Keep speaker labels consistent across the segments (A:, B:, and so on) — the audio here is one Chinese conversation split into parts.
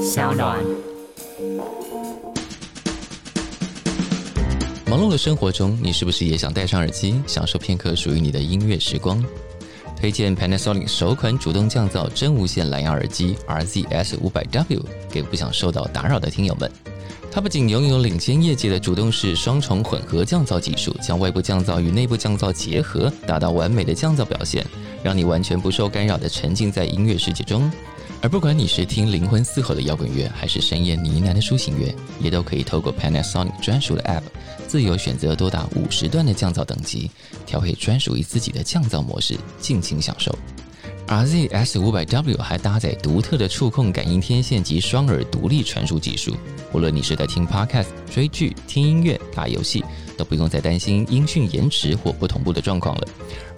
A: 小暖。
B: 忙碌的生活中，你是不是也想戴上耳机，享受片刻属于你的音乐时光？推荐 Panasonic 首款主动降噪真无线蓝牙耳机 RZS 五百 W 给不想受到打扰的听友们。它不仅拥有领先业界的主动式双重混合降噪技术，将外部降噪与内部降噪结合，达到完美的降噪表现，让你完全不受干扰地沉浸在音乐世界中。而不管你是听灵魂嘶吼的摇滚乐，还是深夜呢喃的抒情乐，也都可以透过 Panasonic 专属的 App，自由选择多达五十段的降噪等级，调配专属于自己的降噪模式，尽情享受。RZS 五百 W 还搭载独特的触控感应天线及双耳独立传输技术。无论你是在听 Podcast、追剧、听音乐、打游戏，都不用再担心音讯延迟或不同步的状况了。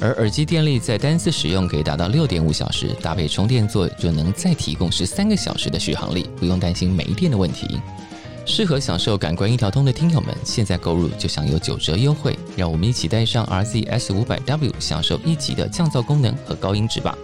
B: 而耳机电力在单次使用可以达到六点五小时，搭配充电座就能再提供十三个小时的续航力，不用担心没电的问题。适合享受感官一条通的听友们，现在购入就享有九折优惠。让我们一起带上 RZS 五百 W，享受一级的降噪功能和高音质吧。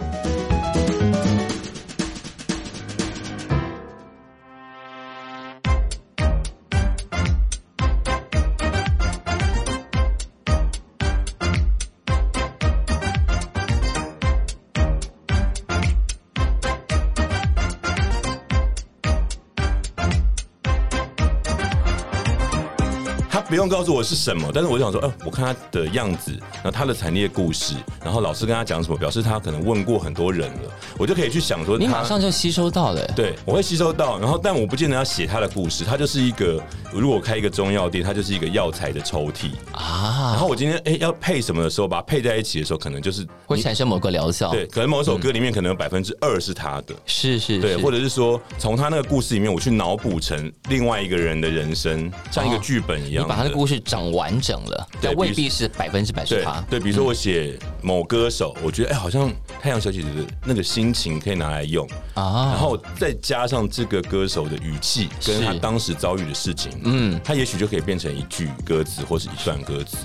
C: 他不用告诉我是什么，但是我就想说，呃，我看他的样子，然后他的产业故事，然后老师跟他讲什么，表示他可能问过很多人了，我就可以去想说他，
B: 你马上就吸收到了，
C: 对，我会吸收到，然后但我不见得要写他的故事，他就是一个，如果我开一个中药店，它就是一个药材的抽屉，然
B: 啊，
C: 后我今天哎、要配什么的时候，把它配在一起的时候，可能就是
B: 会产生某个疗效，
C: 对，可能某首歌里面可能有百分之二是他的，
B: 是是
C: 对，
B: 是，
C: 或者是说从他那个故事里面，我去脑补成另外一个人的人生，像一个剧本一
B: 你
C: 样的。
B: 把他的故事整完整了，
C: 对
B: 但未
C: 比
B: 必是百分之百是嗯
C: 对
B: 他。
C: 对，比如说我写某歌手，我觉得哎、好像太阳小姐姐的那个心情可以拿来用，然
B: 啊，
C: 后再加上这个歌手的语气跟
B: 是
C: 他当时遭遇的事情，嗯，他也许就可以变成一句歌词或是一段歌词。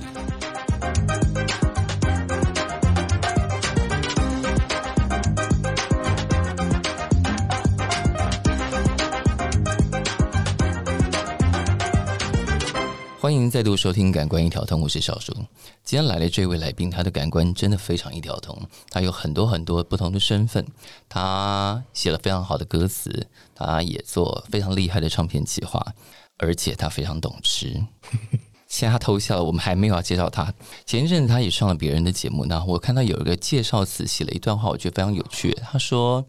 B: 欢迎再度收听《感官一条通》，我是小叔。今天来的这位来宾，他的感官真的非常一条通，他有很多很多不同的身份，他写了非常好的歌词，他也做非常厉害的唱片企划，而且他非常懂吃。现在他偷笑了，我们还没有要介绍他。前一阵子他也上了别人的节目，那我看到有一个介绍词写了一段话，我觉得非常有趣。他说：“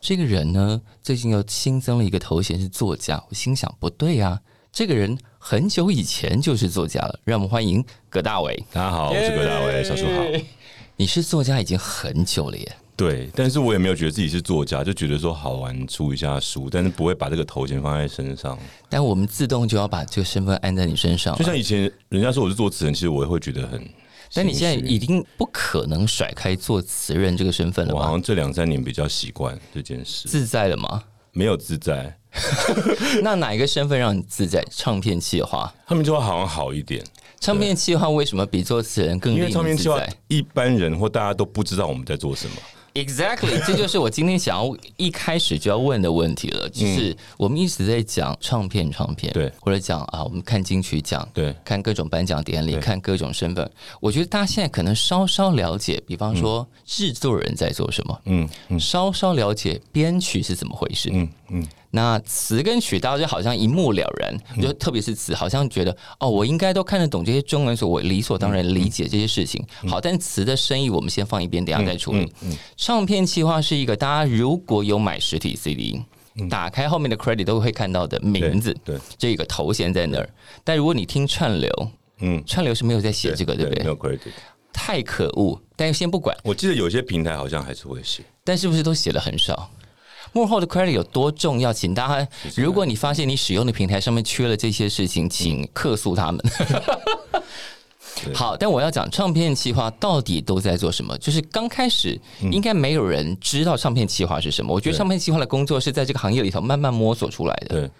B: 这个人呢，最近又新增了一个头衔是作家。”我心想，不对啊，这个人很久以前就是作家了。让我们欢迎葛大为，
C: 大家好，我是葛大为，小叔好。
B: 你是作家已经很久了耶。
C: 对，但是我也没有觉得自己是作家，就觉得说好玩出一下书，但是不会把这个头衔放在身上。
B: 但我们自动就要把这个身份按在你身上了，
C: 就像以前人家说我是做词人，其实我也会觉得很。
B: 但你现在已
C: 一，
B: 经不可能甩开做词人这个身份了
C: 我好
B: 吧？
C: 像这两三年比较习惯这件事，
B: 自在了吗？
C: 没有自在。
B: 那哪一个身份让你自在？唱片企划，
C: 他们就会好像好一点，
B: 唱片企划为什么比作词人更
C: 因
B: 令
C: 为
B: 你
C: 唱片
B: 自
C: 计划
B: 在
C: 一般人或大家都不知道我们在做什么。
B: ？Exactly，这就是我今天想要一开始就要问的问题了，就是我们一直在讲唱片，唱片，
C: 对
B: 或者讲啊，我们看金曲奖，
C: 对
B: 看各种颁奖典礼，
C: 对
B: 看各种身份。我觉得大家现在可能稍稍了解，比方说制作人在做什么，
C: 嗯嗯
B: 稍稍了解编曲是怎么回事，
C: 嗯嗯，
B: 那词跟曲大家就好像一目了然，就特别是词，好像觉得哦，我应该都看得懂这些中文，所以我理所当然理解这些事情。好，但词的生意我们先放一边，等一下再处理。唱片企划是一个大家如果有买实体 CD，、打开后面的 credit 都会看到的名字，
C: 对对
B: 这个头衔在那儿。但如果你听串流，
C: 嗯，
B: 串流是没有在写这个，对不
C: 没
B: 对？
C: 有 credit。
B: 太可恶！但先不管，
C: 我记得有些平台好像还是会写，
B: 但是不是都写的很少？幕后的 credit 有多重要？请大家，如果你发现你使用的平台上面缺了这些事情，请客诉 他们。好，但我要讲唱片企划到底都在做什么？就是刚开始应该没有人知道唱片企划是什么。我觉得
C: 嗯对
B: 唱片企划的工作是在这个行业里头慢慢摸索出来的。
C: 对。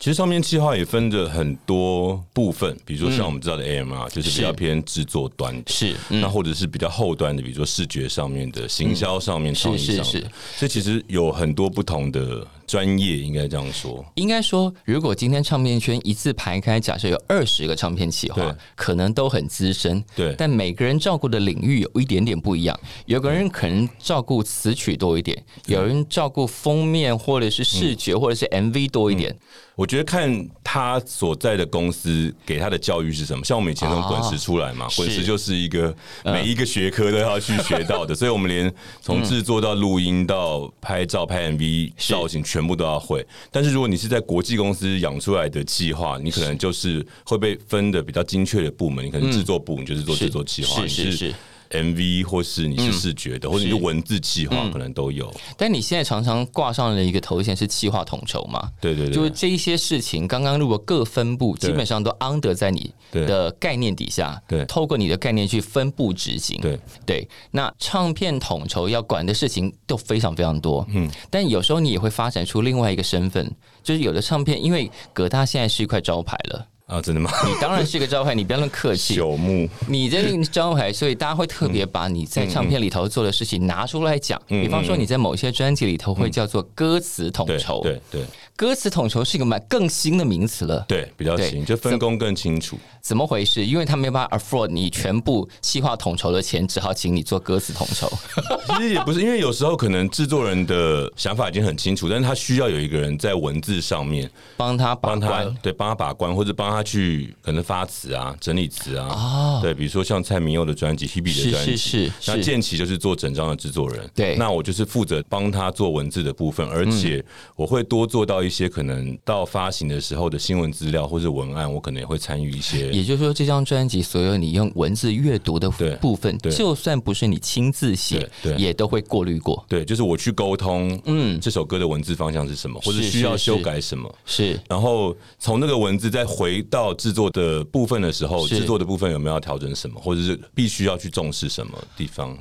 C: 其实唱片计划也分着很多部分，比如说像我们知道的 AMR，、就是比较
B: 嗯是
C: 偏制作端的，
B: 是，嗯
C: 那或者是比较后端的，比如说视觉上面的、行销上面、创意
B: 是是
C: 上的
B: 是，
C: 所以其实有很多不同的专业，应该这样说。
B: 应该说，如果今天唱片圈一字排开，假设有二十个唱片企划
C: 对，
B: 可能都很资深，
C: 对
B: 但每个人照顾的领域有一点点不一样，有个人可能照顾词曲多一点，有人照顾封面或者是视觉
C: 嗯
B: 或者是 MV 多一点，
C: 我觉得看他所在的公司给他的教育是什么，像我们以前从
B: 哦
C: 滚石出来嘛，滚
B: 是嗯
C: 石就是一个每一个学科都要去学 到的，所以我们连从制作到录音到拍照、拍 MV、
B: 是
C: 造型全部都要会。但是如果你是在国际公司养出来的计划，你可能就是会被分的比较精确的部门，你可能制作部你就是做
B: 是
C: 制作计划，
B: 嗯是
C: 你
B: 是是嗯
C: 是 MV 或是你是视觉的，或者你是
B: 是嗯
C: 文字计划，可能都有。
B: 但你现在常常挂上了一个头衔是企划统筹嘛？
C: 对对对，
B: 就是这一些事情，刚刚如果各分部
C: 对
B: 基本上都 under 在你
C: 对
B: 的概念底下，
C: 对
B: 透过你的概念去分布执行，
C: 对
B: 对。那唱片统筹要管的事情都非常非常多，嗯。但有时候你也会发展出另外一个身份，就是有的唱片，因为葛大现在是一块招牌了，
C: 啊，真 的吗？
B: 你当然是个招牌，你不要那么客气，
C: 朽木，
B: 你这个招牌，所以大家会特别把你在唱片里头做的事情拿出来讲。
C: 嗯
B: 比方说，你在某些专辑里头会叫做歌词统
C: 对
B: 筹，
C: 嗯对对。
B: 歌词统筹是一个蛮更新的名词了。
C: 对，比较
B: 对
C: 清，就分工更清楚。
B: 怎么回事？因为他没有办法 afford 你全部企划统筹的钱，只好请你做歌词统筹。
C: 其实也不是，因为有时候可能制作人的想法已经很清楚，但是他需要有一个人在文字上面
B: 帮他把
C: 帮他
B: 关。哦
C: 对帮他把关，或者帮他去可能发词啊、整理词啊。对，比如说像蔡明佑的专辑、Hebe
B: 是
C: 的专辑，
B: 是是
C: 那
B: 是，
C: 建奇就是做整张的制作人，
B: 对嗯
C: 那我就是负责帮他做文字的部分，而且我会多做到一些可能到发行的时候的新闻资料或者文案，我可能也会参与一些。
B: 也就是说，这张专辑所有你用文字阅读的
C: 对
B: 部分，
C: 对
B: 就算不是你亲自写，
C: 对对
B: 也都会过滤过。
C: 对，就是我去沟通，嗯，这首歌的文字方向是什么，或者
B: 是
C: 需要
B: 是
C: 修
B: 是
C: 改什么。
B: 是
C: 然后从那个文字再回到制作的部分的时候，
B: 是
C: 制作的部分有没有要调整什么，或者是必须要去重视什么地方？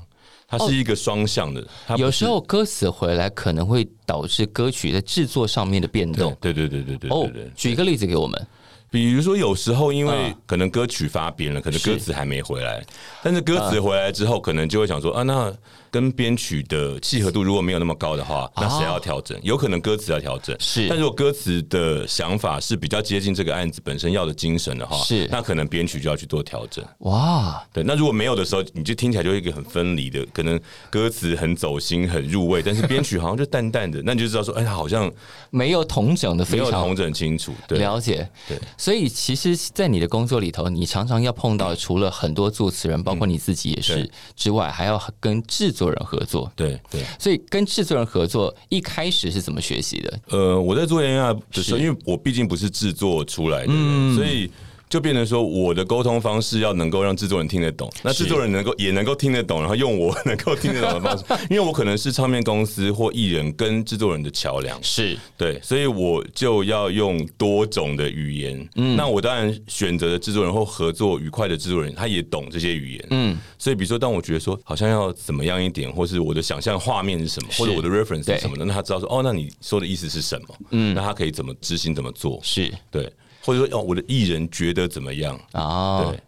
C: 它是一个双向的，它不
B: 哦有
C: 是
B: 时候歌词回来可能会导致歌曲在制作上面的变动。
C: 对对对对对对
B: 哦
C: 对，。
B: 举一个例子给我们。
C: 比如说有时候因为
B: 嗯
C: 可能歌曲发编了，可能
B: 是
C: 歌词还没回来，但是歌词回来之后，可能就会想说啊，那跟编曲的契合度如果没有那么高的话，那谁要调整？有可能歌词要调整，
B: 啊是
C: 但如果歌词的想法是比较接近这个案子本身要的精神的话，
B: 是
C: 那可能编曲就要去做调整。
B: 哇，
C: 对，那如果没有的时候，你就听起来就会一个很分离的，可能歌词很走心、很入味，但是编曲好像就淡淡的，那你就知道说，哎，它好像
B: 没有统整的
C: 没
B: 非
C: 有
B: 常
C: 统整清楚。对，
B: 了解，
C: 对
B: 所以其实，在你的工作里头，你常常要碰到除了很多作词人，包括你自己也是
C: 嗯对
B: 之外，还要跟制作人合作。
C: 对对。
B: 所以跟制作人合作一开始是怎么学习的？
C: 呃，我在做 N R 的时候，
B: 是
C: 因为我毕竟不是制作出来的人，所以。就变成说，我的沟通方式要能够让制作人听得懂，那制作人能够也能够听得懂，然后用我能够听得懂的方式，因为我可能是唱片公司或艺人跟制作人的桥梁，
B: 是
C: 对，所以我就要用多种的语言。
B: 嗯
C: 那我当然选择的制作人或合作愉快的制作人，他也懂这些语言。嗯，所以比如说，当我觉得说好像要怎么样一点，或是我的想象画面是什么，或者我的 reference
B: 对
C: 是什么的，那他知道说哦，那你说的意思是什么？嗯，那他可以怎么执行，怎么做？
B: 是
C: 对，或者说哦，我的艺人觉得怎么样？
B: 啊
C: 对，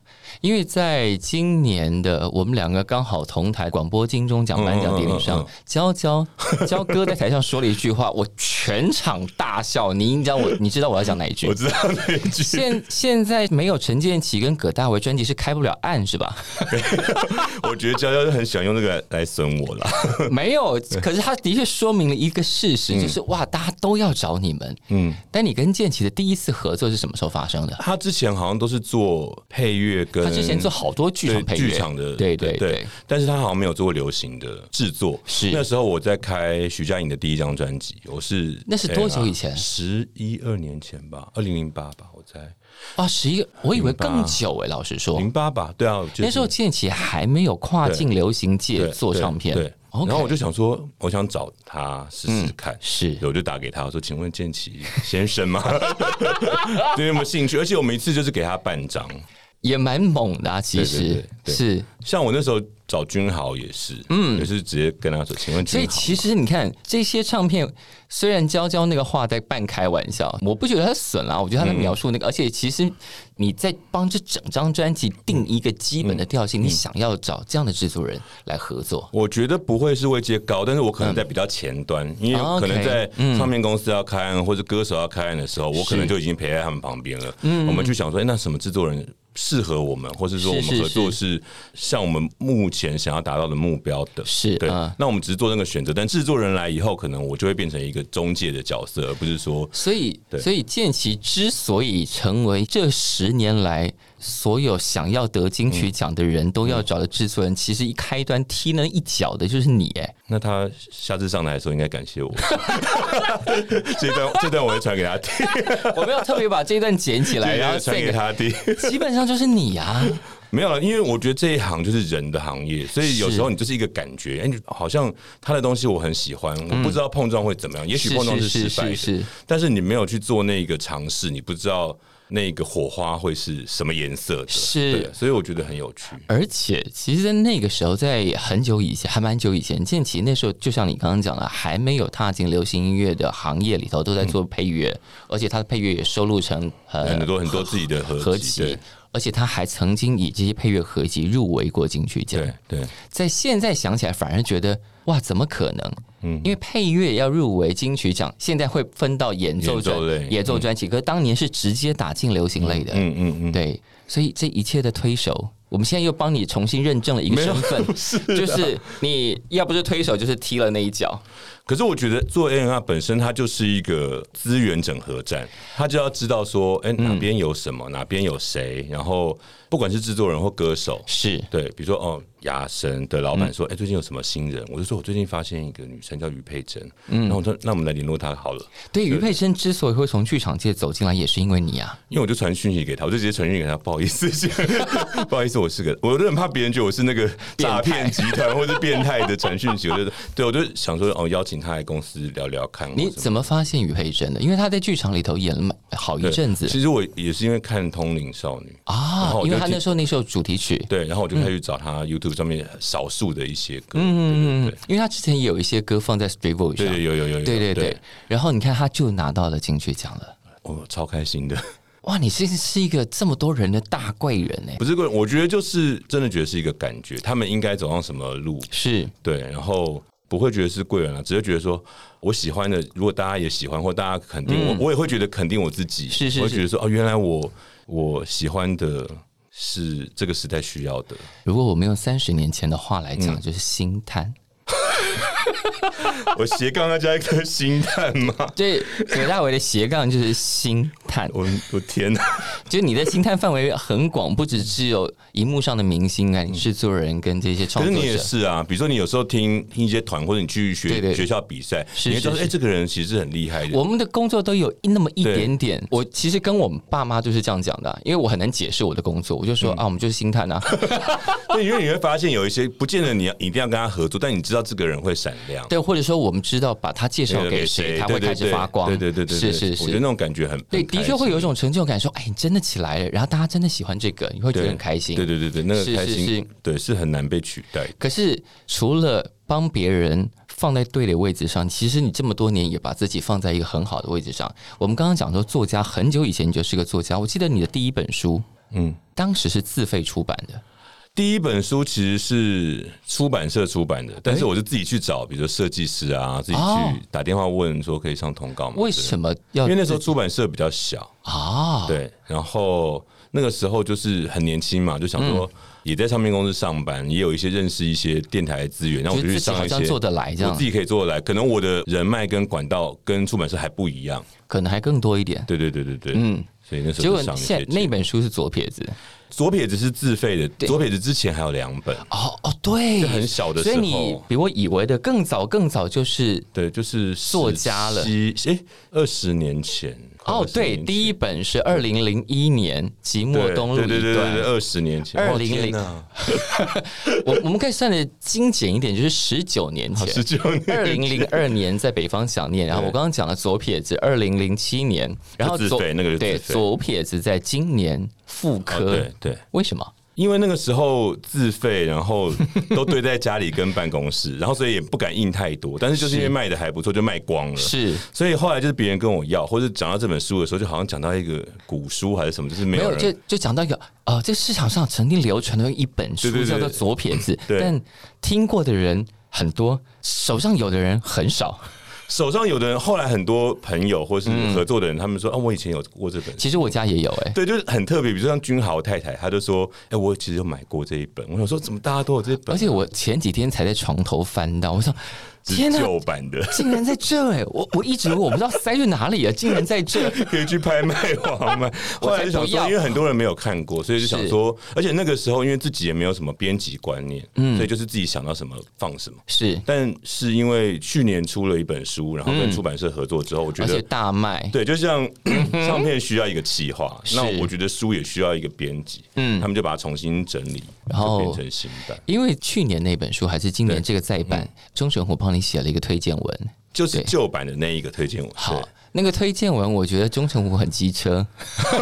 B: 因为在今年的我们两个刚好同台广播金钟奖颁奖典礼
C: 嗯嗯嗯
B: 上
C: 嗯，
B: 娇娇娇哥在台上说了一句话，我全场大笑。你你知道我你知道我要讲哪一句
C: 我？知道那一句，
B: 现现在没有陈建奇跟葛大为专辑是开不了案是 吧？
C: 我觉得娇娇就很喜欢用这个来来损我 啦。
B: 没有，可是他的确说明了一个事实，
C: 嗯
B: 就是哇，大家都要找你们。嗯，但你跟建奇的第一次合作是什么时候发生的？
C: 他之前好像都是做配乐跟
B: 他之前做好多剧场
C: 对
B: 配
C: 剧
B: 乐，
C: 场的，
B: 对对对，
C: 但是他好像没有做过流行的制作。
B: 是
C: 那时候我在开徐佳莹的第一张专辑，我是哎
B: 那是多久以前
C: 十一二年前吧，二零零八吧，我在
B: 啊，十一，我以为
C: 零八
B: 更久哎、老实说，
C: 零八吧，对啊，就是
B: 那时候建奇还没有跨进流行界
C: 对
B: 做
C: 对
B: 唱片，
C: 对。
B: OK 嗯
C: 然后我就想说，我想找他试试看，
B: 是
C: 对我就打给他，我说：“请问 建奇先生吗？对，有没有兴趣？”而且我每次就是给他半张，
B: 也蛮猛的啊，其
C: 对
B: 实
C: 对对对
B: 是。
C: 像我那时候找君豪也是，嗯，也是直接跟他说，请问
B: 所以
C: 君豪，
B: 其实你看这些唱片，虽然娇娇那个话在半开玩笑，我不觉得他损啦，我觉得他
C: 嗯
B: 在描述那个，而且其实你在帮这整张专辑定一个基
C: 嗯
B: 本的调性，你想要找这样的制作人来合作，
C: 我觉得不会是位阶高，但是我可能在比较前端，因
B: 哦
C: 为可能
B: ，OK，
C: 在唱片公司要开案、或者歌手要开案的时候，我可能就已经陪在他们旁边了。我们去想说，哎、那什么制作人适合我们，或是说我
B: 嗯是
C: 们
B: 是
C: 合作是像我们目前想要达到的目标的。
B: 是
C: 对，
B: 嗯
C: 那我们只是做那个选择，但制作人来以后，可能我就会变成一个中介的角色，而不是说
B: 所以，
C: 对
B: 所以建奇之所以成为这十年来所有想要得金曲奖的人都要找的制作人，其实一开端踢那一脚的就是你， 哎，
C: 那他下次上台的时候应该感谢我。 这段这段我会传给他听，
B: 我们要特别把这一段捡起来，然后
C: 传
B: 这
C: 给
B: 个
C: 他听。
B: 基本上就是你啊，
C: 没有了，因为我觉得这一行就是人的行业，所以有时候你就是一个感觉，哎，你好像他的东西我很喜欢，我不知道碰撞会怎么样， 也许碰撞
B: 嗯是
C: 失
B: 是
C: 败的，
B: 是是，
C: 但是你没有去做那个尝试，你不知道那个火花会是什么颜色的，
B: 是
C: 对所以我觉得很有趣。
B: 而且其实，在那个时候，在很久以前，还蛮久以前，建奇那时候就像你刚刚讲的，还没有踏进流行音乐的行业里头，都在做配乐，而且他的配乐也收录成呃
C: 嗯很多很多自己的合
B: 合
C: 集，
B: 集，而且他还曾经以这些配乐合集入围过金曲奖
C: 对。对对，
B: 在现在想起来，反而觉得哇，怎么可能？
C: 嗯
B: 因为配乐要入围金曲奖，现在会分到演奏
C: 演
B: 专
C: 奏类
B: 演奏专辑，可是当年是直接打进流行类的。
C: 嗯嗯嗯，
B: 呃对，所以这一切的推手，我们现在又帮你重新认证了一个身份，
C: 啊
B: 就是你要不是推手，就是踢了那一脚。
C: 可是我觉得做 A N R 本身它就是一个资源整合站，它就要知道说，哎、
B: 嗯
C: 哪边有什么，哪边有谁，然后不管是制作人或歌手，
B: 是
C: 对，比如说哦，牙神的老
B: 嗯
C: 板说，哎、最近有什么新人？我就说我最近发现一个女生叫于佩珍，嗯，然后我说那我们来联络她好了，
B: 对，于佩珍之所以会从剧场界走进来，也是因为你啊。
C: 因为我就传讯息给她，我就直接传讯息给她，不好意思， 不好意思，我是个，我都很怕别人觉得我是那个诈骗集团或者变态的传讯息，我就对我就想说哦，邀请她来公司聊聊看或什么的，
B: 你怎么发现于佩珍的？因为她在剧场里头演了蛮好一
C: 对
B: 阵子
C: 其实我也是因为看《通灵少女》然
B: 啊
C: 后，我
B: 因为
C: 就
B: 她
C: 听
B: 那时候那首主题曲，
C: 对，然后我就开始找他 YouTube 上面少数的一些歌，
B: 嗯
C: 嗯，对，
B: 因为她之前也有一些歌放在 Street Voice
C: 对
B: 上，
C: 对有有有有，
B: 对对对，然后你看她就拿到了金曲奖了。
C: 我超开心的，
B: 哇，你这是一个这么多人的大贵人欸呢、
C: 不是个，我觉得就是真的觉得是一个感觉，他们应该走上什么路，
B: 是
C: 对，然后不会觉得是贵人啊，只是觉得说我喜欢的，如果大家也喜欢，或大家肯定我，我也会觉得肯定我自己，
B: 嗯是是
C: 我会
B: 是
C: 觉得说哦，原来我我喜欢的是这个时代需要的，
B: 如果我们用三十年前的话来讲，
C: 嗯
B: 就是星探。
C: 我斜杠要加一颗星探吗？
B: 对，葛大为的斜杠就是星探，
C: 我我天哪！
B: 就你的星探范围很广，不只只有荧幕上的明星啊，你制作人跟这些创
C: 可是
B: 作
C: 你也
B: 者。
C: 是啊，比如说你有时候听听一些团，或者你去学
B: 对对
C: 学校比赛，
B: 是
C: 你会知道
B: 是
C: 哎、这个人其实很厉害的。
B: 我们的工作都有一那么一
C: 对
B: 点点，我其实跟我们爸妈就是这样讲的啊、因为我很难解释我的工作，我就
C: 嗯
B: 说、啊，我们就是星探 啊，
C: 对，因为你会发现有一些不见得你要一定要跟他合作，但你知道这个人会闪亮。
B: 对，或者说我们知道把他介绍
C: 那个
B: 给谁，他会开始发光，
C: 对对对对，对
B: 是是
C: 我觉
B: 是
C: 得那，种感觉很
B: 对，
C: 很开
B: 的
C: 心
B: 确会有一种成就感，说哎，你真的起来了，然后大家真的喜欢这个，你会觉
C: 对
B: 得很开心，
C: 对对对对，那
B: 是
C: 个开
B: 是
C: 心，
B: 是
C: 对是很难被取代的。
B: 可是除了帮别人放在对的位置上，其实你这么多年也把自己放在一个很好的位置上。我们刚刚讲说，作家很久以前你就是个作家，我记得你的第一本书，嗯，当时是自费出版的，
C: 第一本书其实是出版社出版的，但是我就自己去找，比如说设计师啊，自己
B: 哦
C: 去打电话问说可以上通告吗？
B: 为
C: 对
B: 什么要？
C: 因为那时候出版社比较小，
B: 啊，
C: 对，然后那个时候就是很年轻嘛，就想说
B: 嗯
C: 也在唱片公司上班，也有一些认识一些电台的资源，那我
B: 觉
C: 就
B: 得
C: 去
B: 自己
C: 上
B: 好
C: 一
B: 像
C: 些。
B: 做得来这
C: 我
B: 样
C: 自，己可以做得来，可能我的人脉跟管道跟出版社还不一样。
B: 可能还更多一点。
C: 对对对对对，嗯，所以那时
B: 结
C: 候
B: 果
C: 就上了一
B: 现
C: 些
B: 在那本书是左撇子，
C: 左撇子是自费的，左撇子之前还有两本，
B: 哦哦，对，
C: 就很小的时
B: 所
C: 候
B: 以你比我以为的更早更早就是
C: 对，就是十
B: 作家了
C: 七，哎，二十年前
B: 哦，对，第
C: 一
B: 第一本是二零零一年《即墨东路》
C: 对对
B: 一
C: 对对对，
B: 段，
C: 二十年前，
B: 二
C: 哇
B: 零
C: 天
B: 以，我 我们可以算的精简一点，就是十九年前，
C: 十九
B: 二
C: 年
B: 零零二年在北方想念，然后我刚刚讲了左撇子，二零零七年，然后
C: 就自
B: 左
C: 费那个就
B: 对
C: 自费
B: 左撇子在今年复
C: 哦
B: 刻，
C: 对对，
B: 为什么？
C: 因为那个时候自费，然后都堆在家里跟办公室，然后所以也不敢印太多，但是就是因为卖的还不错，就卖光了。
B: 是
C: 所以后来就是别人跟我要，或者讲到这本书的时候，就好像讲到一个古书还是什么，就是没
B: 没有
C: 有人
B: 就就讲到一个呃，这市场上曾经流传的一本书
C: 对对对嗯
B: 叫做《左撇子》，
C: 对
B: 但听过的人很多，手上有的人很少。
C: 手上有的人，后来很多朋友或是合作的人，他们说啊，我以前有过这本书。
B: 其实我家也有哎、
C: 对，就是很特别，比如说像君豪太太，她就说：“哎、我其实有买过这一本。”我想说，怎么大家都有这本？
B: 而且我前几天才在床头翻到，我说
C: 是
B: 天哪，
C: 旧版的，
B: 竟然在这哎、 我我一直以为我不知道塞去哪里啊，竟然在这。
C: 可以去拍卖 网买。后来就想
B: 我才不要
C: 说，因为很多人没有看过，所以就想说，而且那个时候因为自己也没有什么编辑观念，
B: 嗯
C: 所以就是自己想到什么放什么。
B: 是，
C: 但是因为去年出了一本书，然后跟出版社合作之后，我觉
B: 而
C: 得
B: 且大卖。
C: 对，就像唱片需要一个企划，那
B: 是
C: 我觉得书也需要一个编辑，嗯，他们就把它重新整理，
B: 然后
C: 就变成新版。
B: 因为去年那本书还是今年这个再
C: 嗯
B: 版，钟神虎帮你写了一个推荐文。
C: 就是
B: 对
C: 旧版的那一个推荐文，
B: 好
C: 对，
B: 那个推荐文，我觉得钟成虎很机车，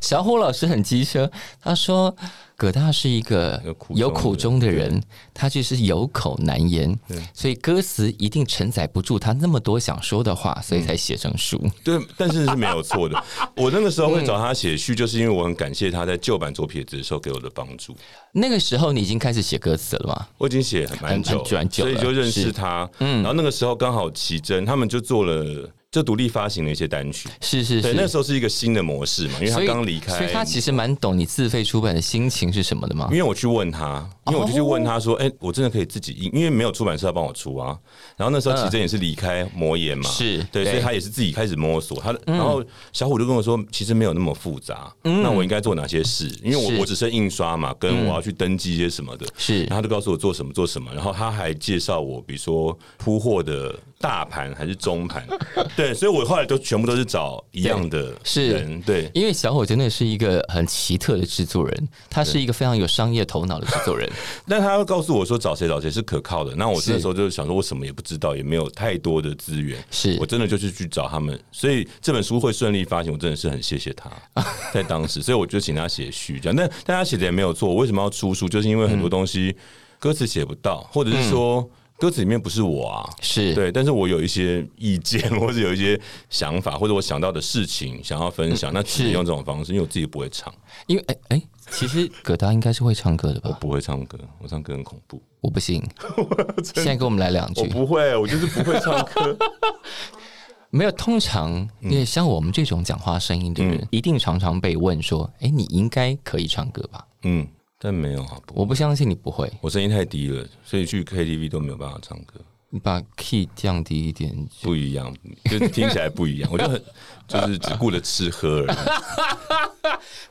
B: 小虎老师很机车。他说葛大是一个
C: 有苦衷的
B: 有苦衷的人，他就是有口难言，所以歌词一定承载不住他那么多想说的话，所以才写成书。
C: 对，但是是没有 错的。我那个时候
B: 嗯
C: 会找他写序，就是因为我很感谢他在旧版左撇子的时候给我的帮助。
B: 那个时候你已经开始写歌词了吗？
C: 我已经写很蛮久
B: 很很
C: 了，
B: 久
C: 所
B: 了
C: 以就认识他。嗯，然后那个时候刚好奇珍他们就做了，就独立发行了一些单曲。
B: 是是
C: 对，那
B: 是。
C: 时候是一个新的模式嘛，因为他
B: 所以
C: 刚离开，
B: 所以他其实蛮懂你自费出版的心情是什么的吗
C: 因？为我去问他，
B: 哦
C: 因为我就去问他说：“哎、我真的可以自己印，因为没有出版社要帮我出啊。”然后那时候
B: 嗯
C: 奇珍也是离开魔岩嘛，
B: 是对
C: 对，
B: 嗯
C: 所以他也是自己开始摸索。他然后小虎就跟我说：“其实没有那么复杂，那我应该做哪些事？因为
B: 是嗯
C: 我我只剩印刷嘛，跟我要去登记一些什么的。”
B: 是
C: 然后他就告诉我做什么做什么，然后他还介绍我，比如说铺货的大盘还是中 盘，对，所以我后来都全部都是找一样的
B: 是
C: 人，对。
B: 因为小火真的是一个很奇特的制作人，他是一个非常有商业头脑的制作人。
C: 但他告诉我说找谁找谁是可靠的，那我
B: 是
C: 那时候就想说，我什么也不知道，也没有太多的资源，
B: 是
C: 我真的就是去找他们，所以这本书会顺利发行，我真的是很谢 谢他，在当时，所以我就请他写序这样，但但他写的也没有错，我为什么要出书，就是因为很多东西、歌词写不到，或者是说。歌词里面不是我啊，
B: 嗯是
C: 对，但是我有一些意见， 或者有一些想法，或者我想到的事情想要分享，那只
B: 嗯
C: 能
B: 是
C: 用这种方式，因为我自己不会唱，
B: 因为哎哎、其实葛大应该是会唱歌的
C: 我
B: 吧？
C: 不会唱歌，我唱歌很恐怖。
B: 我不信，现在给我们来两
C: 我
B: 句。
C: 不会，我就是不会唱歌。
B: 没有，通常
C: 嗯
B: 因为像我们这种讲话声音的人，一定常常被问说：“哎、你应该可以唱歌吧
C: 嗯，但没有啊，？”不，
B: 我不相信你不会，
C: 我声音太低了，所以去 KTV 都没有办法唱歌，
B: 你把 key 降低一点。
C: 不一样，就听起来不一样。我就很 就是只顾着吃喝而已。